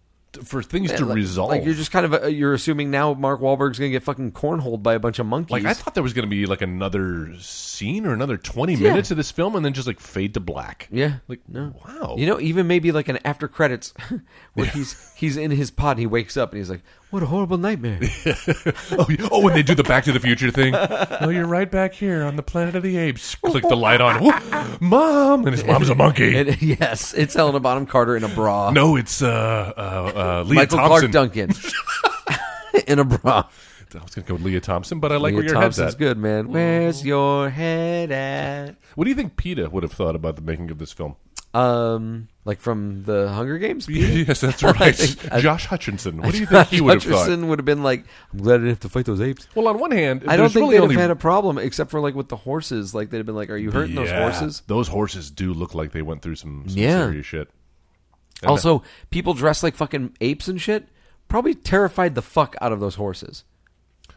Speaker 4: for things to
Speaker 3: like,
Speaker 4: resolve.
Speaker 3: Like you're just kind of uh you're assuming now Mark Wahlberg's going to get fucking cornholed by a bunch of monkeys.
Speaker 4: Like, I thought there was going to be like another scene or another twenty
Speaker 3: Yeah.
Speaker 4: minutes of this film, and then just like fade to black.
Speaker 3: Yeah.
Speaker 4: like
Speaker 3: no.
Speaker 4: wow.
Speaker 3: You know, even maybe like an after credits where he's he's in his pod and he wakes up and he's like, What a horrible nightmare.
Speaker 4: Oh, you- oh, when they do the Back to the Future thing. oh, you're right back here on the planet of the apes. Click the light on. Whoop. Mom, and his mom's a monkey.
Speaker 3: And yes, it's Helena Bonham Carter in a bra.
Speaker 4: No, it's uh, uh, uh, Leah
Speaker 3: Michael Clark
Speaker 4: Thompson.
Speaker 3: Duncan in a bra.
Speaker 4: I was gonna go with Leah Thompson, but I like where
Speaker 3: Leah
Speaker 4: your head's
Speaker 3: Thompson's
Speaker 4: at.
Speaker 3: good, man. Where's your head at?
Speaker 4: What do you think PETA would have thought about the making of this film?
Speaker 3: Um, like from the Hunger Games.
Speaker 4: yes, that's right. Josh Hutcherson. What do you think he would have thought?
Speaker 3: Hutcherson would have been like, "I'm glad I didn't have to fight those apes."
Speaker 4: Well, on one hand,
Speaker 3: I don't
Speaker 4: there's
Speaker 3: think
Speaker 4: really
Speaker 3: they'd
Speaker 4: only
Speaker 3: have had a problem, except for like with the horses. Like they'd have been like, "Are you hurting those
Speaker 4: Yeah,
Speaker 3: horses?"
Speaker 4: Those horses do look like they went through some, some
Speaker 3: Yeah.
Speaker 4: serious shit.
Speaker 3: Also, people dressed like fucking apes and shit probably terrified the fuck out of those horses.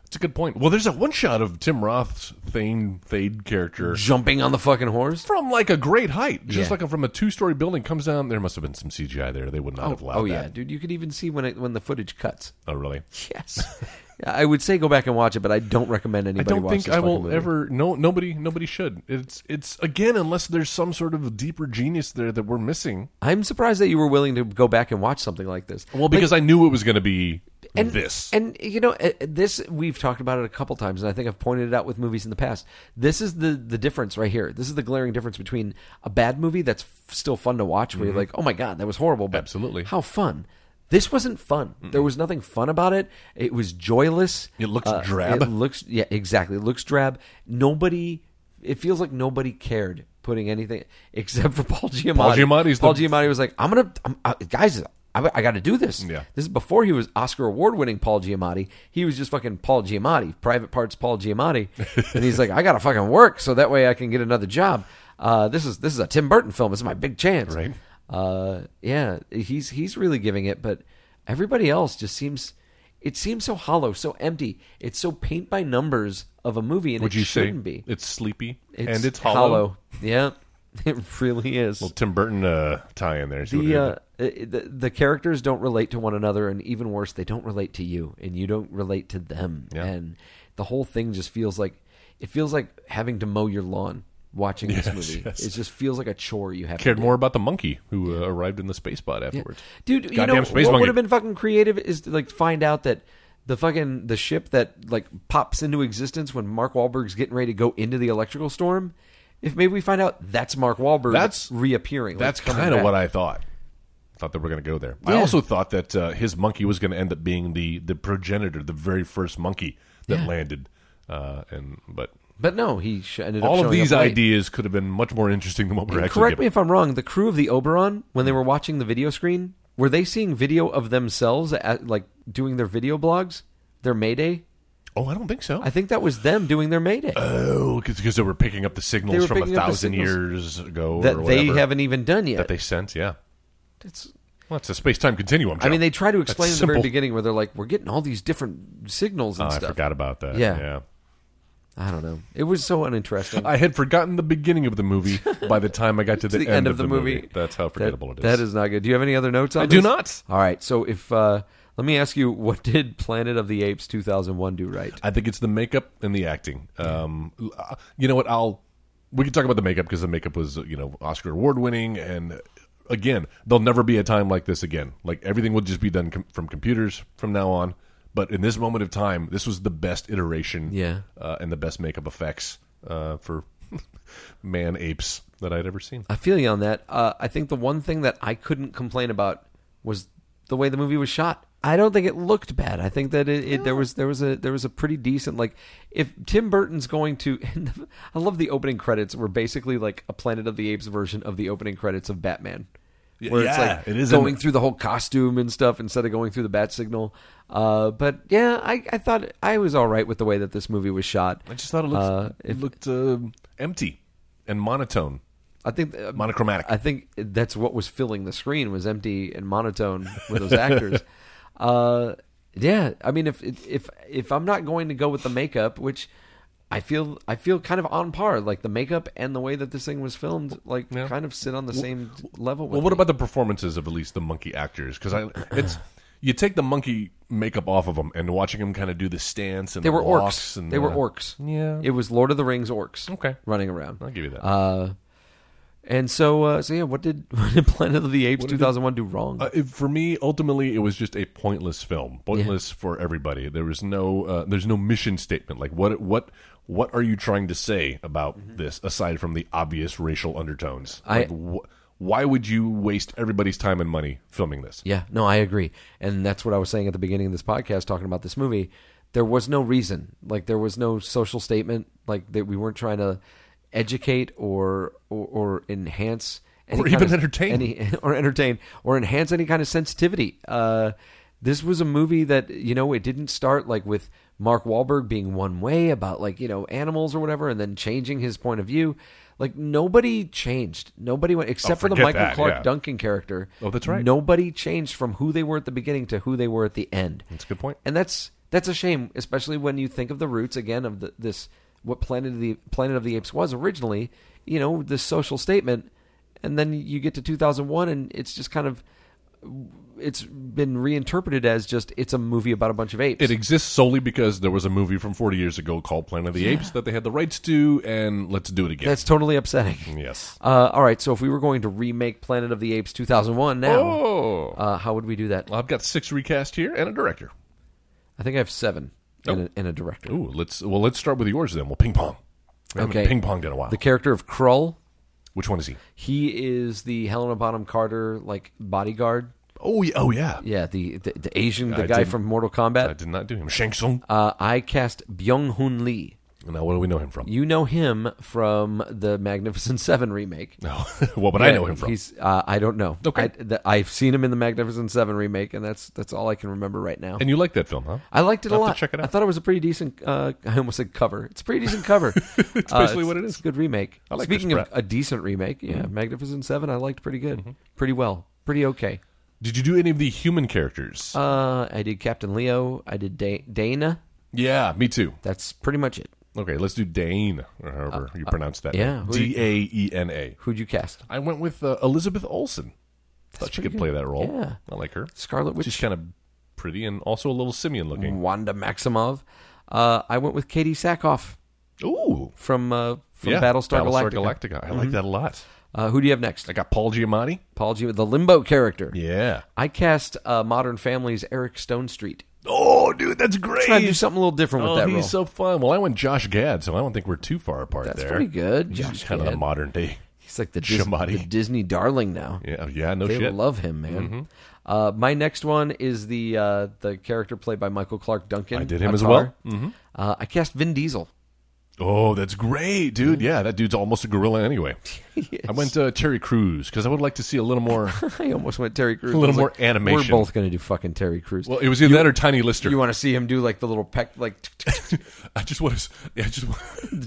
Speaker 4: That's a good point. Well, there's that one shot of Tim Roth's Thane Thade character
Speaker 3: Jumping on the fucking horse.
Speaker 4: from like a great height, just
Speaker 3: Yeah.
Speaker 4: like from a two-story building, comes down. There must have been some CGI there. They would not have allowed
Speaker 3: Oh yeah,
Speaker 4: that.
Speaker 3: dude, you could even see when it, when the footage cuts.
Speaker 4: Oh really?
Speaker 3: Yes. Yeah, I would say go back and watch it, but I don't recommend
Speaker 4: I
Speaker 3: anybody
Speaker 4: don't
Speaker 3: watch
Speaker 4: think
Speaker 3: this
Speaker 4: I
Speaker 3: fucking
Speaker 4: will
Speaker 3: movie.
Speaker 4: ever. No, nobody, nobody should. It's it's again, unless there's some sort of deeper genius there that we're missing.
Speaker 3: I'm surprised that you were willing to go back and watch something like this.
Speaker 4: Well, because I knew it was going to be
Speaker 3: and,
Speaker 4: this.
Speaker 3: And you know, uh, this we've talked about it a couple times, and I think I've pointed it out with movies in the past. This is the the difference right here. This is the glaring difference between a bad movie that's f- still fun to watch, where you're like, "Oh my god, that was horrible," but
Speaker 4: Mm-hmm. Absolutely.
Speaker 3: how fun. This wasn't fun. There was nothing fun about it. It was joyless. Uh,
Speaker 4: It looks drab.
Speaker 3: It looks yeah, exactly. It looks drab. Nobody. It feels like nobody cared putting anything except for Paul Giamatti.
Speaker 4: Paul Giamatti's
Speaker 3: Paul
Speaker 4: the-
Speaker 3: Giamatti was like, "I'm gonna, I'm, uh, guys, I, I got to do this."
Speaker 4: Yeah.
Speaker 3: This is before he was Oscar award winning Paul Giamatti. He was just fucking Paul Giamatti, private parts Paul Giamatti, and he's like, "I got to fucking work so that way I can get another job." Uh, this is this is a Tim Burton film. This is my big chance.
Speaker 4: Right.
Speaker 3: Uh, yeah, he's he's really giving it, but everybody else just seems. It seems so hollow, so empty. It's so paint by numbers of a movie, and
Speaker 4: Would
Speaker 3: it
Speaker 4: you say
Speaker 3: shouldn't be.
Speaker 4: it's sleepy and it's hollow?
Speaker 3: Yeah, it really is.
Speaker 4: Tim Burton uh, tie in there. See what
Speaker 3: The,
Speaker 4: it-
Speaker 3: uh, the the characters don't relate to one another, and even worse, they don't relate to you, and you don't relate to them.
Speaker 4: Yeah.
Speaker 3: And the whole thing just feels like it feels like having to mow your lawn watching this movie.
Speaker 4: yes.
Speaker 3: It just feels like a chore you have.
Speaker 4: cared
Speaker 3: to do.
Speaker 4: more about the monkey who uh, arrived in the space pod afterwards.
Speaker 3: dude. You
Speaker 4: Goddamn
Speaker 3: know
Speaker 4: space
Speaker 3: what
Speaker 4: monkey.
Speaker 3: would have been fucking creative is to, like find out that. The fucking the ship that like pops into existence when Mark Wahlberg's getting ready to go into the electrical storm if maybe we find out that's Mark Wahlberg
Speaker 4: That's-
Speaker 3: reappearing. like,
Speaker 4: That's
Speaker 3: coming
Speaker 4: kind of
Speaker 3: back.
Speaker 4: what I thought. Thought that we're going to go there. I
Speaker 3: Yeah.
Speaker 4: also thought that uh, his monkey was going to end up being the the progenitor, the very first monkey that
Speaker 3: Yeah.
Speaker 4: landed. Uh, and but
Speaker 3: But no, he sh- ended up
Speaker 4: all
Speaker 3: showing up
Speaker 4: of these
Speaker 3: late.
Speaker 4: ideas could have been much more interesting than what we're
Speaker 3: And
Speaker 4: actually. Hmm.
Speaker 3: Correct me
Speaker 4: getting.
Speaker 3: if I'm wrong. The crew of the Oberon, when they were watching the video screen, were they seeing video of themselves at, like doing their video blogs, their Mayday?
Speaker 4: Oh, I don't think so.
Speaker 3: I think that was them doing their Mayday
Speaker 4: Oh, because they were picking up the
Speaker 3: They
Speaker 4: signals
Speaker 3: were
Speaker 4: from a
Speaker 3: picking up the
Speaker 4: thousand
Speaker 3: signals
Speaker 4: years ago or
Speaker 3: that they
Speaker 4: whatever
Speaker 3: haven't even done
Speaker 4: that
Speaker 3: yet.
Speaker 4: they sent. Yeah,
Speaker 3: It's-
Speaker 4: well, it's a space time continuum.
Speaker 3: I mean,
Speaker 4: Joe.
Speaker 3: they try to
Speaker 4: That's
Speaker 3: explain at the very
Speaker 4: simple.
Speaker 3: beginning where they're like, "We're getting all these different signals
Speaker 4: Oh,
Speaker 3: and
Speaker 4: I
Speaker 3: stuff."
Speaker 4: forgot about that.
Speaker 3: Yeah.
Speaker 4: yeah.
Speaker 3: I don't know. It was so uninteresting.
Speaker 4: I had forgotten the beginning of the movie by the time I got to the,
Speaker 3: to the end of the movie.
Speaker 4: That's how
Speaker 3: That-
Speaker 4: forgettable it is.
Speaker 3: That is not good. Do you have any other notes on
Speaker 4: I do
Speaker 3: this?
Speaker 4: not.
Speaker 3: All right. So if uh, let me ask you, what did Planet of the Apes 2001 do right?
Speaker 4: I think it's the makeup and the acting. Um, uh, you know what? I'll we can talk about the makeup because the makeup was you know Oscar award winning, and again, there'll never be a time like this again. Like everything will just be done com- from computers from now on. But in this moment of time, this was the best iteration,
Speaker 3: Yeah.
Speaker 4: uh, and the best makeup effects uh, for man apes that I'd ever seen.
Speaker 3: I feel you on that. Uh, I think the one thing that I couldn't complain about was the way the movie was shot. I don't think it looked bad. I think that it, it there was there was a there was a pretty decent like if Tim Burton's going to and I love the opening credits were basically like a Planet of the Apes version of the opening credits of Batman. Where
Speaker 4: Yeah,
Speaker 3: it's like
Speaker 4: it is,
Speaker 3: going
Speaker 4: isn't it?
Speaker 3: through the whole costume and stuff instead of going through the bat signal. Uh, but yeah, I, I thought I was all right with the way that this movie was shot.
Speaker 4: I just thought it looked
Speaker 3: Uh, if-
Speaker 4: it looked uh, empty and monotone,
Speaker 3: I think uh,
Speaker 4: monochromatic.
Speaker 3: I think that's what was filling the screen was empty and monotone with those actors. Uh, yeah, I mean, if if if I'm not going to go with the makeup, which I feel I feel kind of on par, like the makeup and the way that this thing was filmed, like
Speaker 4: Yeah.
Speaker 3: kind of sit on the same level. With
Speaker 4: Well, what
Speaker 3: me.
Speaker 4: about the performances of at least the monkey actors? Because I, it's you take the monkey makeup off of them and watching them kind of do the stance and
Speaker 3: they
Speaker 4: the
Speaker 3: were
Speaker 4: walks
Speaker 3: orcs?
Speaker 4: and
Speaker 3: they were
Speaker 4: the-
Speaker 3: orcs.
Speaker 4: Yeah.
Speaker 3: it was Lord of the Rings orcs.
Speaker 4: Okay.
Speaker 3: running around.
Speaker 4: I'll give you that.
Speaker 3: Uh, and so uh, so yeah, what did what did Planet of the Apes 2001 do wrong?
Speaker 4: Uh, it- for me, ultimately, it was just a pointless film, pointless for everybody. There was no, uh, there's no mission statement. Like what, what, what are you trying to say about this aside from the obvious racial undertones?
Speaker 3: Mm-hmm. I-
Speaker 4: like, wh- why would you waste everybody's time and money filming this?
Speaker 3: Yeah, no, I agree. And that's what I was saying at the beginning of this podcast talking about this movie. There was no reason. Like there was no social statement like that we weren't trying to educate or or, or enhance any
Speaker 4: Or
Speaker 3: kind
Speaker 4: even
Speaker 3: of-
Speaker 4: entertain.
Speaker 3: any or entertain or enhance any kind of sensitivity. Uh this was a movie that you know it didn't start like with Mark Wahlberg being one way about like you know animals or whatever, and then changing his point of view. Like nobody changed. Nobody went except for the
Speaker 4: Oh, forget
Speaker 3: Michael
Speaker 4: that,
Speaker 3: Clark
Speaker 4: yeah.
Speaker 3: Duncan character.
Speaker 4: Oh, that's right.
Speaker 3: No nobody changed from who they were at the beginning to who they were at the end.
Speaker 4: That's a good point.
Speaker 3: And that's that's a shame, especially when you think of the roots again of the, this what Planet of the Planet of the Apes was originally. You know, this social statement, and then you get to 2001, and it's just kind of it's been reinterpreted as just it's a movie about a bunch of apes.
Speaker 4: It exists solely because there was a movie from 40 years ago called Planet of the Apes that they had the rights to, and let's do it again.
Speaker 3: that's totally upsetting.
Speaker 4: yes.
Speaker 3: Uh, all right, so if we were going to remake Planet of the Apes 2001 now,
Speaker 4: Oh.
Speaker 3: uh, how would we do that?
Speaker 4: I've got six recast here and a director.
Speaker 3: I think I have seven and, a, and a director.
Speaker 4: Oh. Ooh, let's well let's start with yours then. We'll ping pong. We haven't
Speaker 3: Okay.
Speaker 4: ping ponged in a while.
Speaker 3: The character of Krull
Speaker 4: Which one is he?
Speaker 3: He is the Helena Bonham Carter like bodyguard.
Speaker 4: Oh yeah, oh yeah.
Speaker 3: Yeah, the the, the Asian, the
Speaker 4: I
Speaker 3: guy
Speaker 4: didn't-
Speaker 3: from Mortal
Speaker 4: I
Speaker 3: Kombat.
Speaker 4: did not do him. Shang Tsung.
Speaker 3: Uh, I cast Byung Hun Lee.
Speaker 4: now what do we know him from?
Speaker 3: You know him from the Magnificent Seven remake.
Speaker 4: no. what would I know him from?
Speaker 3: He's uh, I don't know.
Speaker 4: Okay.
Speaker 3: I, th- I've seen him in the Magnificent Seven remake, and that's that's all I can remember right now.
Speaker 4: And you like that film, huh?
Speaker 3: I liked it a
Speaker 4: I'll have to
Speaker 3: lot.
Speaker 4: check it out.
Speaker 3: I thought it was a pretty decent. Uh, I almost said cover. It's a pretty decent cover. it's
Speaker 4: basically what it
Speaker 3: it's
Speaker 4: is.
Speaker 3: a good remake.
Speaker 4: I like Mm-hmm.
Speaker 3: Speaking
Speaker 4: Chris
Speaker 3: of a decent remake, yeah, Magnificent Seven, I liked pretty
Speaker 4: Mm-hmm.
Speaker 3: good, pretty well, pretty okay.
Speaker 4: Did you do any of the human characters?
Speaker 3: Uh, I did Captain Leo. I did da- Dana.
Speaker 4: yeah, me too.
Speaker 3: That's pretty much it.
Speaker 4: Okay, let's do Dane, or however you pronounce that.
Speaker 3: uh, yeah, who-
Speaker 4: D A E N A.
Speaker 3: Who'd you cast?
Speaker 4: I went with uh, Elizabeth Olsen. Thought she could play that role.
Speaker 3: Yeah.
Speaker 4: I like her.
Speaker 3: Scarlet Witch.
Speaker 4: She's kind of pretty and also a little simian looking.
Speaker 3: Wanda Maximov. Uh, I went with Katie Sackhoff
Speaker 4: Ooh,
Speaker 3: from uh, from
Speaker 4: yeah.
Speaker 3: Battlestar, Galactica. Mm-hmm.
Speaker 4: I like that a lot.
Speaker 3: Uh, who do you have next?
Speaker 4: I got Paul Giamatti.
Speaker 3: Paul G. The Limbo character.
Speaker 4: Yeah.
Speaker 3: I cast uh, Modern Family's Eric Stonestreet.
Speaker 4: Oh, dude, that's great.
Speaker 3: Trying to do something a little different
Speaker 4: Oh,
Speaker 3: with that
Speaker 4: he's
Speaker 3: role.
Speaker 4: so fun. Well, I went Josh Gad, so I don't think we're too far apart
Speaker 3: That's
Speaker 4: there.
Speaker 3: pretty good.
Speaker 4: He's
Speaker 3: Josh
Speaker 4: kind of the
Speaker 3: Gad.
Speaker 4: modern day.
Speaker 3: He's like the, Dis-
Speaker 4: Shamati.
Speaker 3: the Disney darling now.
Speaker 4: Yeah, yeah, no
Speaker 3: They
Speaker 4: shit. Mm-hmm.
Speaker 3: love him, man. Uh, my next one is the uh, the character played by Michael Clark Duncan.
Speaker 4: I did him
Speaker 3: on
Speaker 4: as
Speaker 3: Tar.
Speaker 4: well.
Speaker 3: Uh, I cast Vin Diesel.
Speaker 4: oh, that's great, dude.
Speaker 3: Mm-hmm.
Speaker 4: Yeah, that dude's almost a gorilla anyway. I went uh, Terry Crews because I would like to see a little more.
Speaker 3: I almost went Terry Crews.
Speaker 4: A little
Speaker 3: I was
Speaker 4: more
Speaker 3: like,
Speaker 4: animation.
Speaker 3: We're both going to do fucking Terry Crews.
Speaker 4: well, it was either that or Tiny Lister.
Speaker 3: you want to see him do like the little peck, like
Speaker 4: I just want to. Yeah, I just. Want,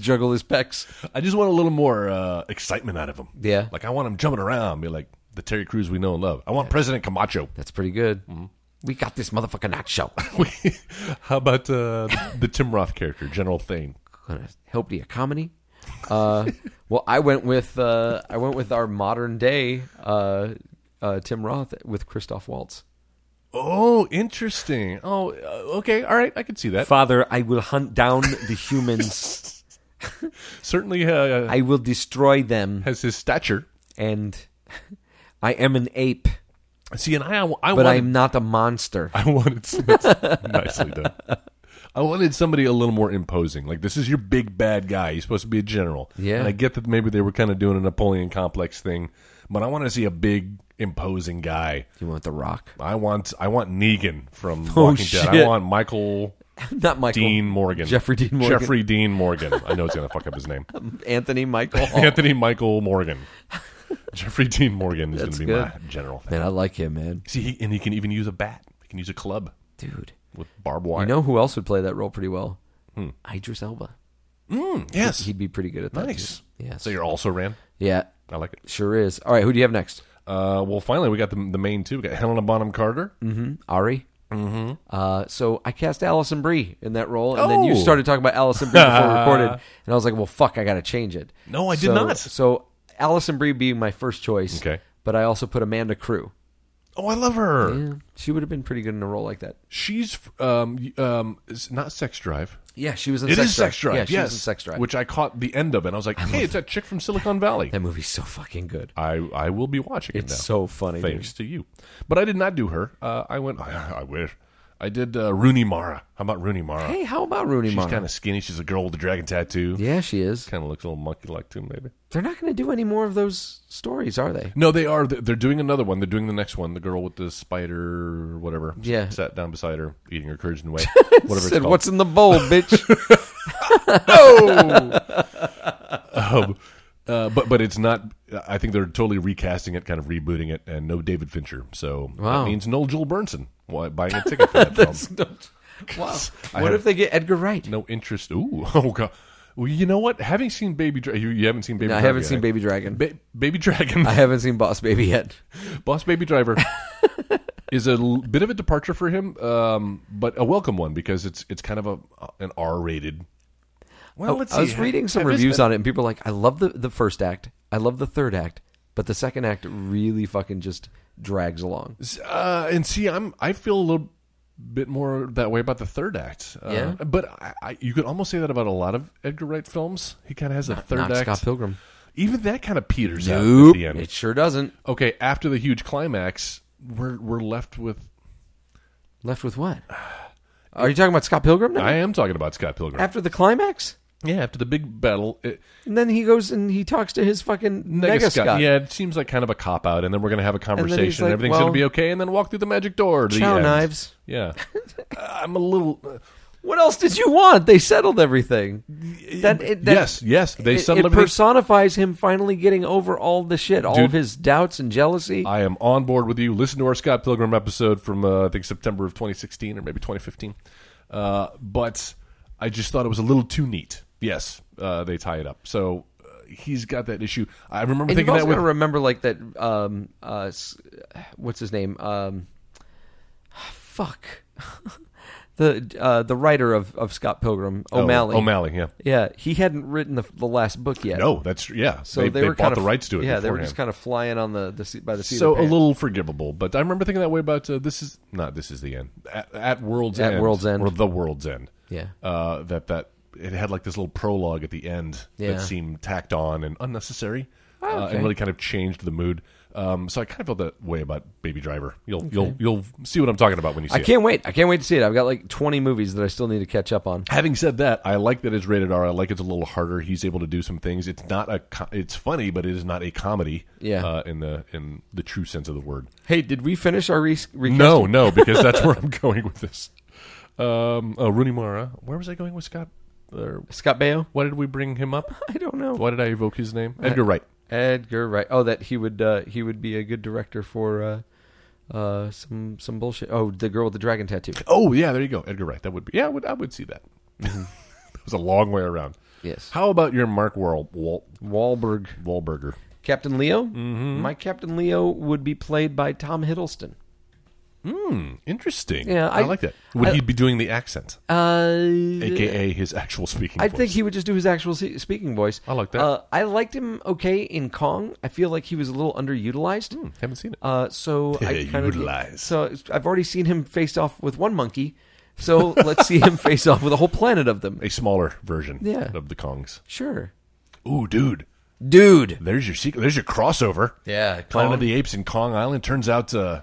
Speaker 3: juggle his pecs.
Speaker 4: I just want a little more uh, excitement out of him.
Speaker 3: Yeah.
Speaker 4: like I want him jumping around, be like the Terry Crews we know and love. I want President Camacho.
Speaker 3: That's pretty good.
Speaker 4: Mm-hmm.
Speaker 3: We got this motherfucking act show.
Speaker 4: How about uh, the Tim Roth character, General Thane?
Speaker 3: gonna help the economy. Uh, well, I went with uh, I went with our modern day uh, uh, Tim Roth with Christoph Waltz.
Speaker 4: Oh, interesting. Oh, uh, okay. All right. I can see that.
Speaker 3: Father, I will hunt down the humans.
Speaker 4: Certainly uh,
Speaker 3: I will destroy them,
Speaker 4: has his stature.
Speaker 3: and I am an ape,
Speaker 4: See, and I, I
Speaker 3: but
Speaker 4: wanted,
Speaker 3: I'm not a monster.
Speaker 4: I wanted that's nicely done. I wanted somebody a little more imposing. Like this is your big bad guy. He's supposed to be a general.
Speaker 3: Yeah.
Speaker 4: And I get that maybe they were kind of doing a Napoleon complex thing, but I want to see a big imposing guy.
Speaker 3: You want the Rock?
Speaker 4: I want I want Negan from
Speaker 3: Oh,
Speaker 4: Walking Dead. I
Speaker 3: shit.
Speaker 4: want Michael
Speaker 3: not Michael
Speaker 4: Dean Morgan.
Speaker 3: Jeffrey Dean Morgan.
Speaker 4: Jeffrey Dean Morgan. I know it's gonna fuck up his name.
Speaker 3: Anthony Michael. Hall.
Speaker 4: Anthony Michael Morgan. Jeffrey Dean Morgan is going
Speaker 3: That's
Speaker 4: to be
Speaker 3: good.
Speaker 4: my general. Thing.
Speaker 3: Man, I like him, man,
Speaker 4: See, he, and he can even use a bat. He can use a club
Speaker 3: dude.
Speaker 4: with barbed wire.
Speaker 3: You know who else would play that role pretty well?
Speaker 4: Hmm.
Speaker 3: Idris Elba.
Speaker 4: yes.
Speaker 3: He'd be pretty good at that.
Speaker 4: nice.
Speaker 3: too. Yes.
Speaker 4: So you're also ran.
Speaker 3: yeah.
Speaker 4: I like it.
Speaker 3: Sure is. All right. Who do you have next?
Speaker 4: Uh, well, finally, we got the, the main two. We got Helena Bonham Carter.
Speaker 3: Ari. Mm-hmm. Uh, so I cast Allison Brie in that role, and then you
Speaker 4: Oh.
Speaker 3: started talking about Allison Brie before we recorded, and I was like, "Well, fuck, I got to change it."
Speaker 4: No, I did
Speaker 3: So-
Speaker 4: not.
Speaker 3: So Allison Brie being my first choice,
Speaker 4: Okay.
Speaker 3: but I also put Amanda Crew.
Speaker 4: Oh, I love her.
Speaker 3: She would have been pretty good in a role like that.
Speaker 4: She's um um it's not Sex Drive.
Speaker 3: Yeah, she was in
Speaker 4: It
Speaker 3: Sex Drive.
Speaker 4: is Sex Drive.
Speaker 3: Yeah, she
Speaker 4: yes,
Speaker 3: was in Sex Drive.
Speaker 4: Which I caught the end of, and I was like, hey, it's that chick from Silicon Valley.
Speaker 3: that movie's so fucking good.
Speaker 4: I I will be watching it
Speaker 3: It's
Speaker 4: now.
Speaker 3: so funny, dude.
Speaker 4: Thanks to you. But I did not do her. Uh, I went. I, wish. I did uh, Rooney Mara. How about Rooney Mara?
Speaker 3: Hey, how about Rooney
Speaker 4: She's
Speaker 3: Mara?
Speaker 4: kind of skinny. She's a girl with a dragon tattoo.
Speaker 3: yeah, she is.
Speaker 4: Kind of looks a little monkey like too, maybe.
Speaker 3: They're not going to do any more of those stories, are they?
Speaker 4: No, they are. They're doing another one. They're doing the next one. The girl with the spider, whatever.
Speaker 3: Yeah.
Speaker 4: Sat down beside her, eating her curds and whey. Whatever it's
Speaker 3: Said,
Speaker 4: called.
Speaker 3: "What's in the bowl, bitch?"
Speaker 4: um, uh, but but it's not. I think they're totally recasting it, kind of rebooting it, and no David Fincher. So
Speaker 3: Wow.
Speaker 4: that means no Joel Burnson. Why buying a ticket for that film?
Speaker 3: wow.
Speaker 4: I
Speaker 3: What
Speaker 4: have-
Speaker 3: if they get Edgar Wright?
Speaker 4: no interest. Ooh, oh god. Well, you know what? Having seen Baby Dragon, you, you haven't seen Baby.
Speaker 3: No, I
Speaker 4: Driver
Speaker 3: haven't
Speaker 4: yet,
Speaker 3: seen
Speaker 4: eh?
Speaker 3: Baby Dragon.
Speaker 4: Ba- Baby Dragon.
Speaker 3: I haven't seen Boss Baby yet.
Speaker 4: Boss Baby Driver is a l- bit of a departure for him, um, but a welcome one because it's it's kind of a an R rated. Well, let's
Speaker 3: I was
Speaker 4: see.
Speaker 3: reading some
Speaker 4: Have his-
Speaker 3: reviews on it, and people are like, "I love the the first act. I love the third act, but the second act really fucking just drags along."
Speaker 4: uh, and see, I'm I feel a little bit more that way about the third act. Uh,
Speaker 3: Yeah.
Speaker 4: but I, I, you could almost say that about a lot of Edgar Wright films. He kind of has a third
Speaker 3: Not
Speaker 4: act.
Speaker 3: Scott Pilgrim.
Speaker 4: Even that kind of peters out at
Speaker 3: Nope,
Speaker 4: the end.
Speaker 3: it sure doesn't.
Speaker 4: okay, after the huge climax, we're we're left with.
Speaker 3: Left with what? Are you talking about Scott Pilgrim now?
Speaker 4: I am talking about Scott Pilgrim.
Speaker 3: After the climax,
Speaker 4: yeah, after the big battle, it,
Speaker 3: and then he goes and he talks to his fucking Mega,
Speaker 4: Megascot.
Speaker 3: Scott.
Speaker 4: Yeah, it seems like kind of a cop out, and then we're gonna have a
Speaker 3: he's
Speaker 4: conversation. and
Speaker 3: like,
Speaker 4: Everything's
Speaker 3: well,
Speaker 4: gonna be okay, and then walk through the magic door. To the
Speaker 3: chow
Speaker 4: end.
Speaker 3: knives.
Speaker 4: Yeah, Uh, I'm a little. uh,
Speaker 3: What else did you want? They settled everything. That, it, that-
Speaker 4: yes, yes. They
Speaker 3: it, it
Speaker 4: settled everything.
Speaker 3: personifies him finally getting over all the shit, all
Speaker 4: Dude.
Speaker 3: of his doubts and jealousy.
Speaker 4: I am on board with you. Listen to our Scott Pilgrim episode from uh, I think September of 2016 or maybe 2015. Uh, but I just thought it was a little too neat. Yes, uh, they tie it up. So uh, he's got that issue. I remember
Speaker 3: And you've
Speaker 4: thinking
Speaker 3: also
Speaker 4: that
Speaker 3: got to
Speaker 4: with
Speaker 3: remember, like that. Um, uh, s- what's his name? Um, fuck. the uh, the writer of, of Scott Pilgrim,
Speaker 4: Oh,
Speaker 3: O'Malley.
Speaker 4: O'Malley, yeah.
Speaker 3: Yeah, he hadn't written the, the last book yet.
Speaker 4: No, that's yeah.
Speaker 3: so
Speaker 4: they,
Speaker 3: they, were
Speaker 4: bought
Speaker 3: kind
Speaker 4: the
Speaker 3: of
Speaker 4: rights to it.
Speaker 3: Yeah, they were
Speaker 4: beforehand.
Speaker 3: just kind of flying on the, the seat by the seat. of
Speaker 4: so a
Speaker 3: their pants.
Speaker 4: little forgivable. But I remember thinking that way about uh, this is not this is the end at, at world's
Speaker 3: At
Speaker 4: end
Speaker 3: World's End.
Speaker 4: or the world's end.
Speaker 3: Yeah.
Speaker 4: uh, that that it had like this little prologue at the end
Speaker 3: Yeah. Ah,
Speaker 4: that seemed tacked on and unnecessary, uh,
Speaker 3: okay.
Speaker 4: and really kind of changed the mood. Um, so I kind of felt that way about Baby Driver. You'll you'll you'll see what I'm talking about when you see
Speaker 3: I
Speaker 4: it.
Speaker 3: can't wait. I can't wait to see it. I've got like 20 movies that I still need to catch up on.
Speaker 4: Having said that, I like that it's rated R. I like it's a little harder. He's able to do some things. It's not a. Co- it's funny, but it is not a comedy.
Speaker 3: Yeah.
Speaker 4: Uh, in the in the true sense of the word.
Speaker 3: Hey, did we finish our re- recasting?
Speaker 4: No, no, because that's where I'm going with this. Um, oh, Rooney Mara. Where was I going with Scott? Or
Speaker 3: Scott Baio?
Speaker 4: why did we bring him up?
Speaker 3: I don't know.
Speaker 4: Why did I evoke his name? Edgar Wright.
Speaker 3: Edgar Wright. Oh, that he would uh, he would be a good director for uh, uh, some some bullshit. Oh, the girl with the dragon tattoo.
Speaker 4: Oh yeah, there you go. Edgar Wright. That would be. Yeah, I would, I would see that. that was a long way around.
Speaker 3: Yes.
Speaker 4: How about your Mark Wal Wal
Speaker 3: Wahlberg.
Speaker 4: Wahlberger?
Speaker 3: Captain Leo.
Speaker 4: Mm-hmm.
Speaker 3: My Captain Leo would be played by Tom Hiddleston.
Speaker 4: Interesting.
Speaker 3: Yeah,
Speaker 4: I,
Speaker 3: I-
Speaker 4: like that. Would
Speaker 3: I-
Speaker 4: he be doing the accent,
Speaker 3: Uh,
Speaker 4: aka his actual speaking?
Speaker 3: I
Speaker 4: voice?
Speaker 3: think he would just do his actual se- speaking voice.
Speaker 4: I like that.
Speaker 3: Uh, I liked him okay in Kong. I feel like he was a little underutilized.
Speaker 4: haven't seen it.
Speaker 3: Uh, so I kind of
Speaker 4: Hmm. Utilized.
Speaker 3: so I've already seen him face off with one monkey. So let's see him face off with a whole planet of them.
Speaker 4: a smaller version
Speaker 3: Yeah.
Speaker 4: of the Kongs.
Speaker 3: Sure,
Speaker 4: Ooh, dude.
Speaker 3: dude.
Speaker 4: There's your secret. There's your crossover.
Speaker 3: Yeah,
Speaker 4: Planet
Speaker 3: Kong.
Speaker 4: of the Apes and Kong Island. Turns out uh,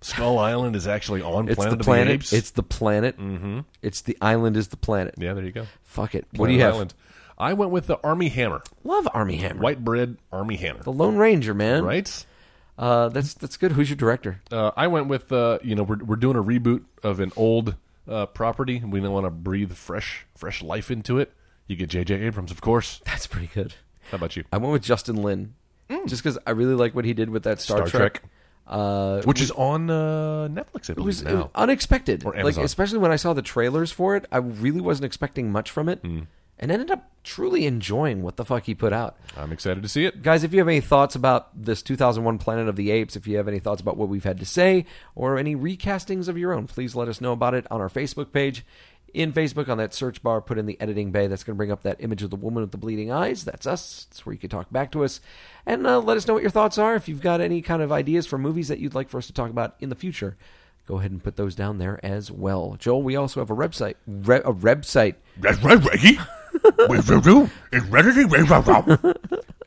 Speaker 4: Skull Island is actually on
Speaker 3: It's
Speaker 4: Planet
Speaker 3: the
Speaker 4: of
Speaker 3: planet.
Speaker 4: the Apes.
Speaker 3: It's the planet. Mm-hmm. It's the island. Is the planet.
Speaker 4: yeah, there you go.
Speaker 3: Fuck it. what do you have?
Speaker 4: Island. I went with the Army Hammer,
Speaker 3: Love Army Hammer.
Speaker 4: white bread Army Hammer.
Speaker 3: The Lone Ranger, man.
Speaker 4: Right.
Speaker 3: Uh, that's that's good. Who's your director?
Speaker 4: Uh, I went with uh, you know we're we're doing a reboot of an old uh, property. and We want to breathe fresh fresh life into it. You get J.J. Abrams, of course.
Speaker 3: That's pretty good.
Speaker 4: How about you?
Speaker 3: I went with Justin Lin, just because I really like what he did with that Star,
Speaker 4: Mm. Star Trek.
Speaker 3: Uh,
Speaker 4: Which is on uh, Netflix, I believe
Speaker 3: it was, it
Speaker 4: now.
Speaker 3: was unexpected.
Speaker 4: Or
Speaker 3: like
Speaker 4: Amazon.
Speaker 3: especially when I saw the trailers for it, I really wasn't expecting much from it,
Speaker 4: Mm.
Speaker 3: and ended up truly enjoying what the fuck he put out.
Speaker 4: I'm excited to see it.
Speaker 3: Guys, if you have any thoughts about this 2001 Planet of the Apes, if you have any thoughts about what we've had to say, or any recastings of your own, please let us know about it on our Facebook page. In Facebook, on that search bar, put in the editing bay. That's going to bring up that image of the woman with the bleeding eyes. That's us. That's where you can talk back to us. And uh, let us know what your thoughts are. If you've got any kind of ideas for movies that you'd like for us to talk about in the future, go ahead and put those down there as well. Joel, we also have a website. Re- a website.
Speaker 4: That's right, Reggie.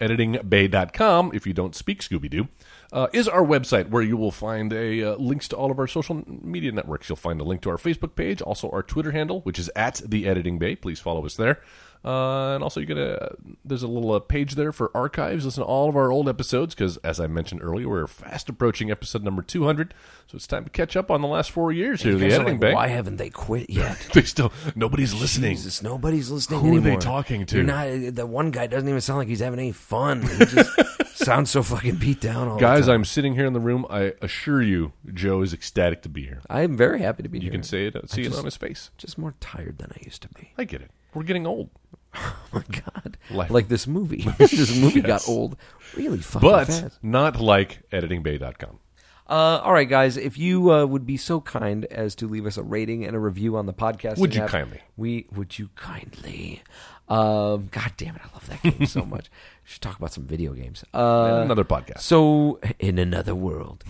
Speaker 4: editingbay.com if you don't speak scooby-doo uh, is our website where you will find a uh, links to all of our social media networks you'll find a link to our facebook page also our twitter handle which is at the editing bay please follow us there uh, and also you get a there's a little uh, page there for archives listen to all of our old episodes because as i mentioned earlier we're fast approaching episode number 200 so it's time to catch up on the last four years here at the
Speaker 3: Guys are
Speaker 4: editing
Speaker 3: like,
Speaker 4: bay
Speaker 3: Why haven't they quit yet?
Speaker 4: they still nobody's listening
Speaker 3: Jesus, nobody's listening.
Speaker 4: Who are they
Speaker 3: anymore.
Speaker 4: talking to?
Speaker 3: You're not. The one guy doesn't even sound like he's having any fun. He just sounds so fucking beat down. All
Speaker 4: Guys,
Speaker 3: the time.
Speaker 4: I'm sitting here in the room. I assure you, Joe is ecstatic to be here.
Speaker 3: I am very happy to be
Speaker 4: You
Speaker 3: here.
Speaker 4: can see it, see it
Speaker 3: just-
Speaker 4: on his face.
Speaker 3: just more tired than I used to be.
Speaker 4: I get it. We're getting old,
Speaker 3: Oh my god!
Speaker 4: Life-
Speaker 3: Like this movie. this movie got old really fucking
Speaker 4: but
Speaker 3: fast.
Speaker 4: not like editingbay.com.
Speaker 3: Uh, all right, guys, if you uh, would be so kind as to leave us a rating and a review on the podcast,
Speaker 4: Would you
Speaker 3: app,
Speaker 4: kindly?
Speaker 3: We would you kindly? Um, god damn it, I love that game so much. We should talk about some video games. Uh,
Speaker 4: another podcast.
Speaker 3: So in another world,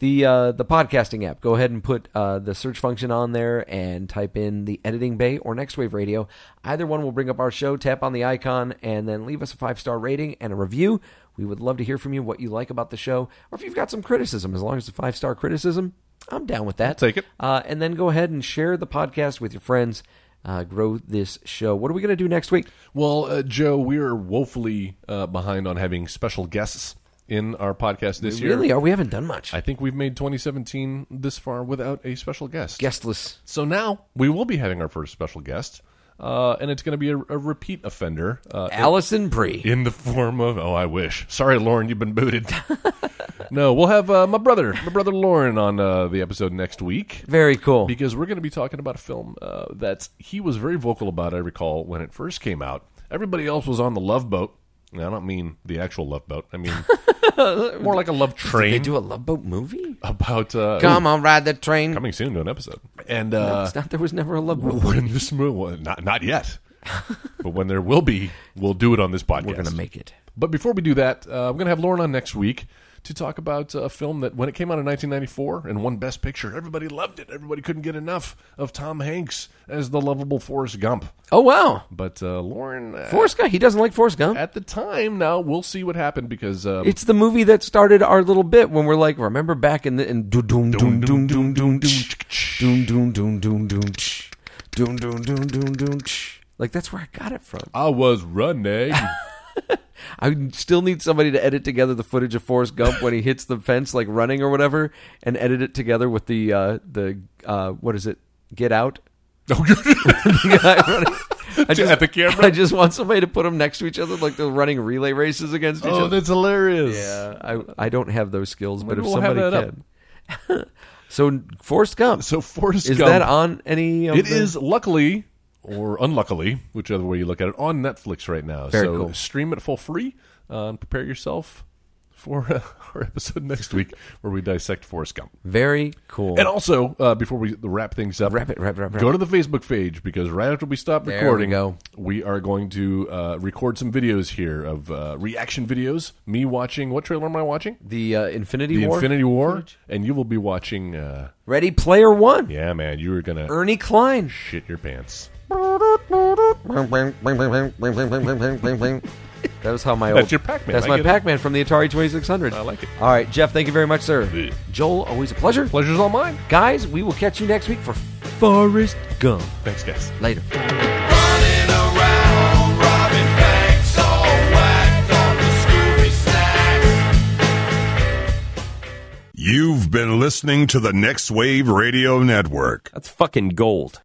Speaker 3: the uh, the podcasting app. Go ahead and put uh, the search function on there and type in the Editing Bay or Next Wave Radio. Either one will bring up our show. Tap on the icon and then leave us a five star rating and a review. We would love to hear from you what you like about the show, or if you've got some criticism. As long as it's a five star criticism, I'm down with that.
Speaker 4: take it.
Speaker 3: Uh, and then go ahead and share the podcast with your friends. Uh, grow this show. What are we going to do next week?
Speaker 4: Well, uh, Joe, we are woefully uh, behind on having special guests in our podcast this year.
Speaker 3: Really, are we haven't done much?
Speaker 4: I think we've made 2017 this far without a special guest.
Speaker 3: Guestless.
Speaker 4: So now we will be having our first special guest, uh, and it's going to be a, a repeat offender. Uh,
Speaker 3: Allison Bree.
Speaker 4: in the form of oh i wish sorry lauren you've been booted no we'll have uh, my brother my brother lauren on uh, the episode next week
Speaker 3: Very cool.
Speaker 4: because we're going to be talking about a film uh, that he was very vocal about i recall when it first came out everybody else was on the love boat And i don't mean the actual love boat i mean more like a love
Speaker 3: They
Speaker 4: train
Speaker 3: do a Love Boat movie?
Speaker 4: about uh,
Speaker 3: Come on, ride the train.
Speaker 4: coming soon to an episode and uh,
Speaker 3: it's not, there was never a Love Boat.
Speaker 4: when this movie not, not yet but when there will be, we'll do it on this podcast.
Speaker 3: We're going to make it.
Speaker 4: But before we do that, uh, I'm going to have Lauren on next week to talk about uh, a film that, when it came out in 1994 and won Best Picture, everybody loved it. Everybody couldn't get enough of Tom Hanks as the lovable Forrest Gump.
Speaker 3: Oh, wow.
Speaker 4: But uh, Lauren, uh,
Speaker 3: Forrest Gump. He doesn't like Forrest Gump.
Speaker 4: at the time, now we'll see what happened because um,
Speaker 3: It's the movie that started our little bit when we're like, remember back in the in doom doom doom doom doom doom tsh, doom doom doom doom doom tsh, doom doom doom doom doom tsh. like that's where I got it from.
Speaker 4: I was running.
Speaker 3: I still need somebody to edit together the footage of Forrest Gump when he hits the fence, like running or whatever, and edit it together with the uh, the uh, what is it? Get out. The guy running. I just,
Speaker 4: at the camera?
Speaker 3: I just want somebody to put them next to each other, like they're running relay races against each
Speaker 4: Oh,
Speaker 3: other.
Speaker 4: hilarious.
Speaker 3: Yeah, I I don't have those skills, but if
Speaker 4: Maybe we'll have
Speaker 3: somebody
Speaker 4: that up.
Speaker 3: can. so Forrest Gump.
Speaker 4: So Forrest
Speaker 3: is
Speaker 4: Gump.
Speaker 3: that on any? Of
Speaker 4: It
Speaker 3: the-
Speaker 4: is luckily or unluckily, whichever way you look at it, on Netflix right now.
Speaker 3: Very
Speaker 4: so
Speaker 3: cool.
Speaker 4: stream it for free uh, and prepare yourself for uh, our episode next week where we dissect Forrest Gump.
Speaker 3: very cool.
Speaker 4: And also, uh, before we wrap things up,
Speaker 3: Wrap it, wrap it, wrap it,
Speaker 4: Go
Speaker 3: wrap
Speaker 4: to the Facebook page because right after we stop
Speaker 3: There we
Speaker 4: recording,
Speaker 3: go.
Speaker 4: we are going to uh, record some videos here of uh, reaction videos. Me watching what trailer am I watching?
Speaker 3: the uh, Infinity
Speaker 4: The
Speaker 3: War.
Speaker 4: Infinity War, and you will be watching. Uh,
Speaker 3: Ready Player One.
Speaker 4: yeah, man, you are gonna
Speaker 3: Ernie Klein.
Speaker 4: shit your pants.
Speaker 3: That was how my
Speaker 4: That's
Speaker 3: old,
Speaker 4: your Pac-Man.
Speaker 3: That's
Speaker 4: I
Speaker 3: my
Speaker 4: get it.
Speaker 3: Pac-Man from the Atari 2600.
Speaker 4: I like it.
Speaker 3: All right, Jeff. Thank you very much, sir.
Speaker 4: Yeah.
Speaker 3: Joel, always a pleasure.
Speaker 4: Pleasure's all mine.
Speaker 3: Guys, we will catch you next week for Forrest Gump.
Speaker 4: Thanks, guys.
Speaker 3: Later.
Speaker 5: Running around, robbing banks, all whacked on the Scooby Snacks.
Speaker 1: You've been listening to the Next Wave Radio Network.
Speaker 6: That's fucking gold.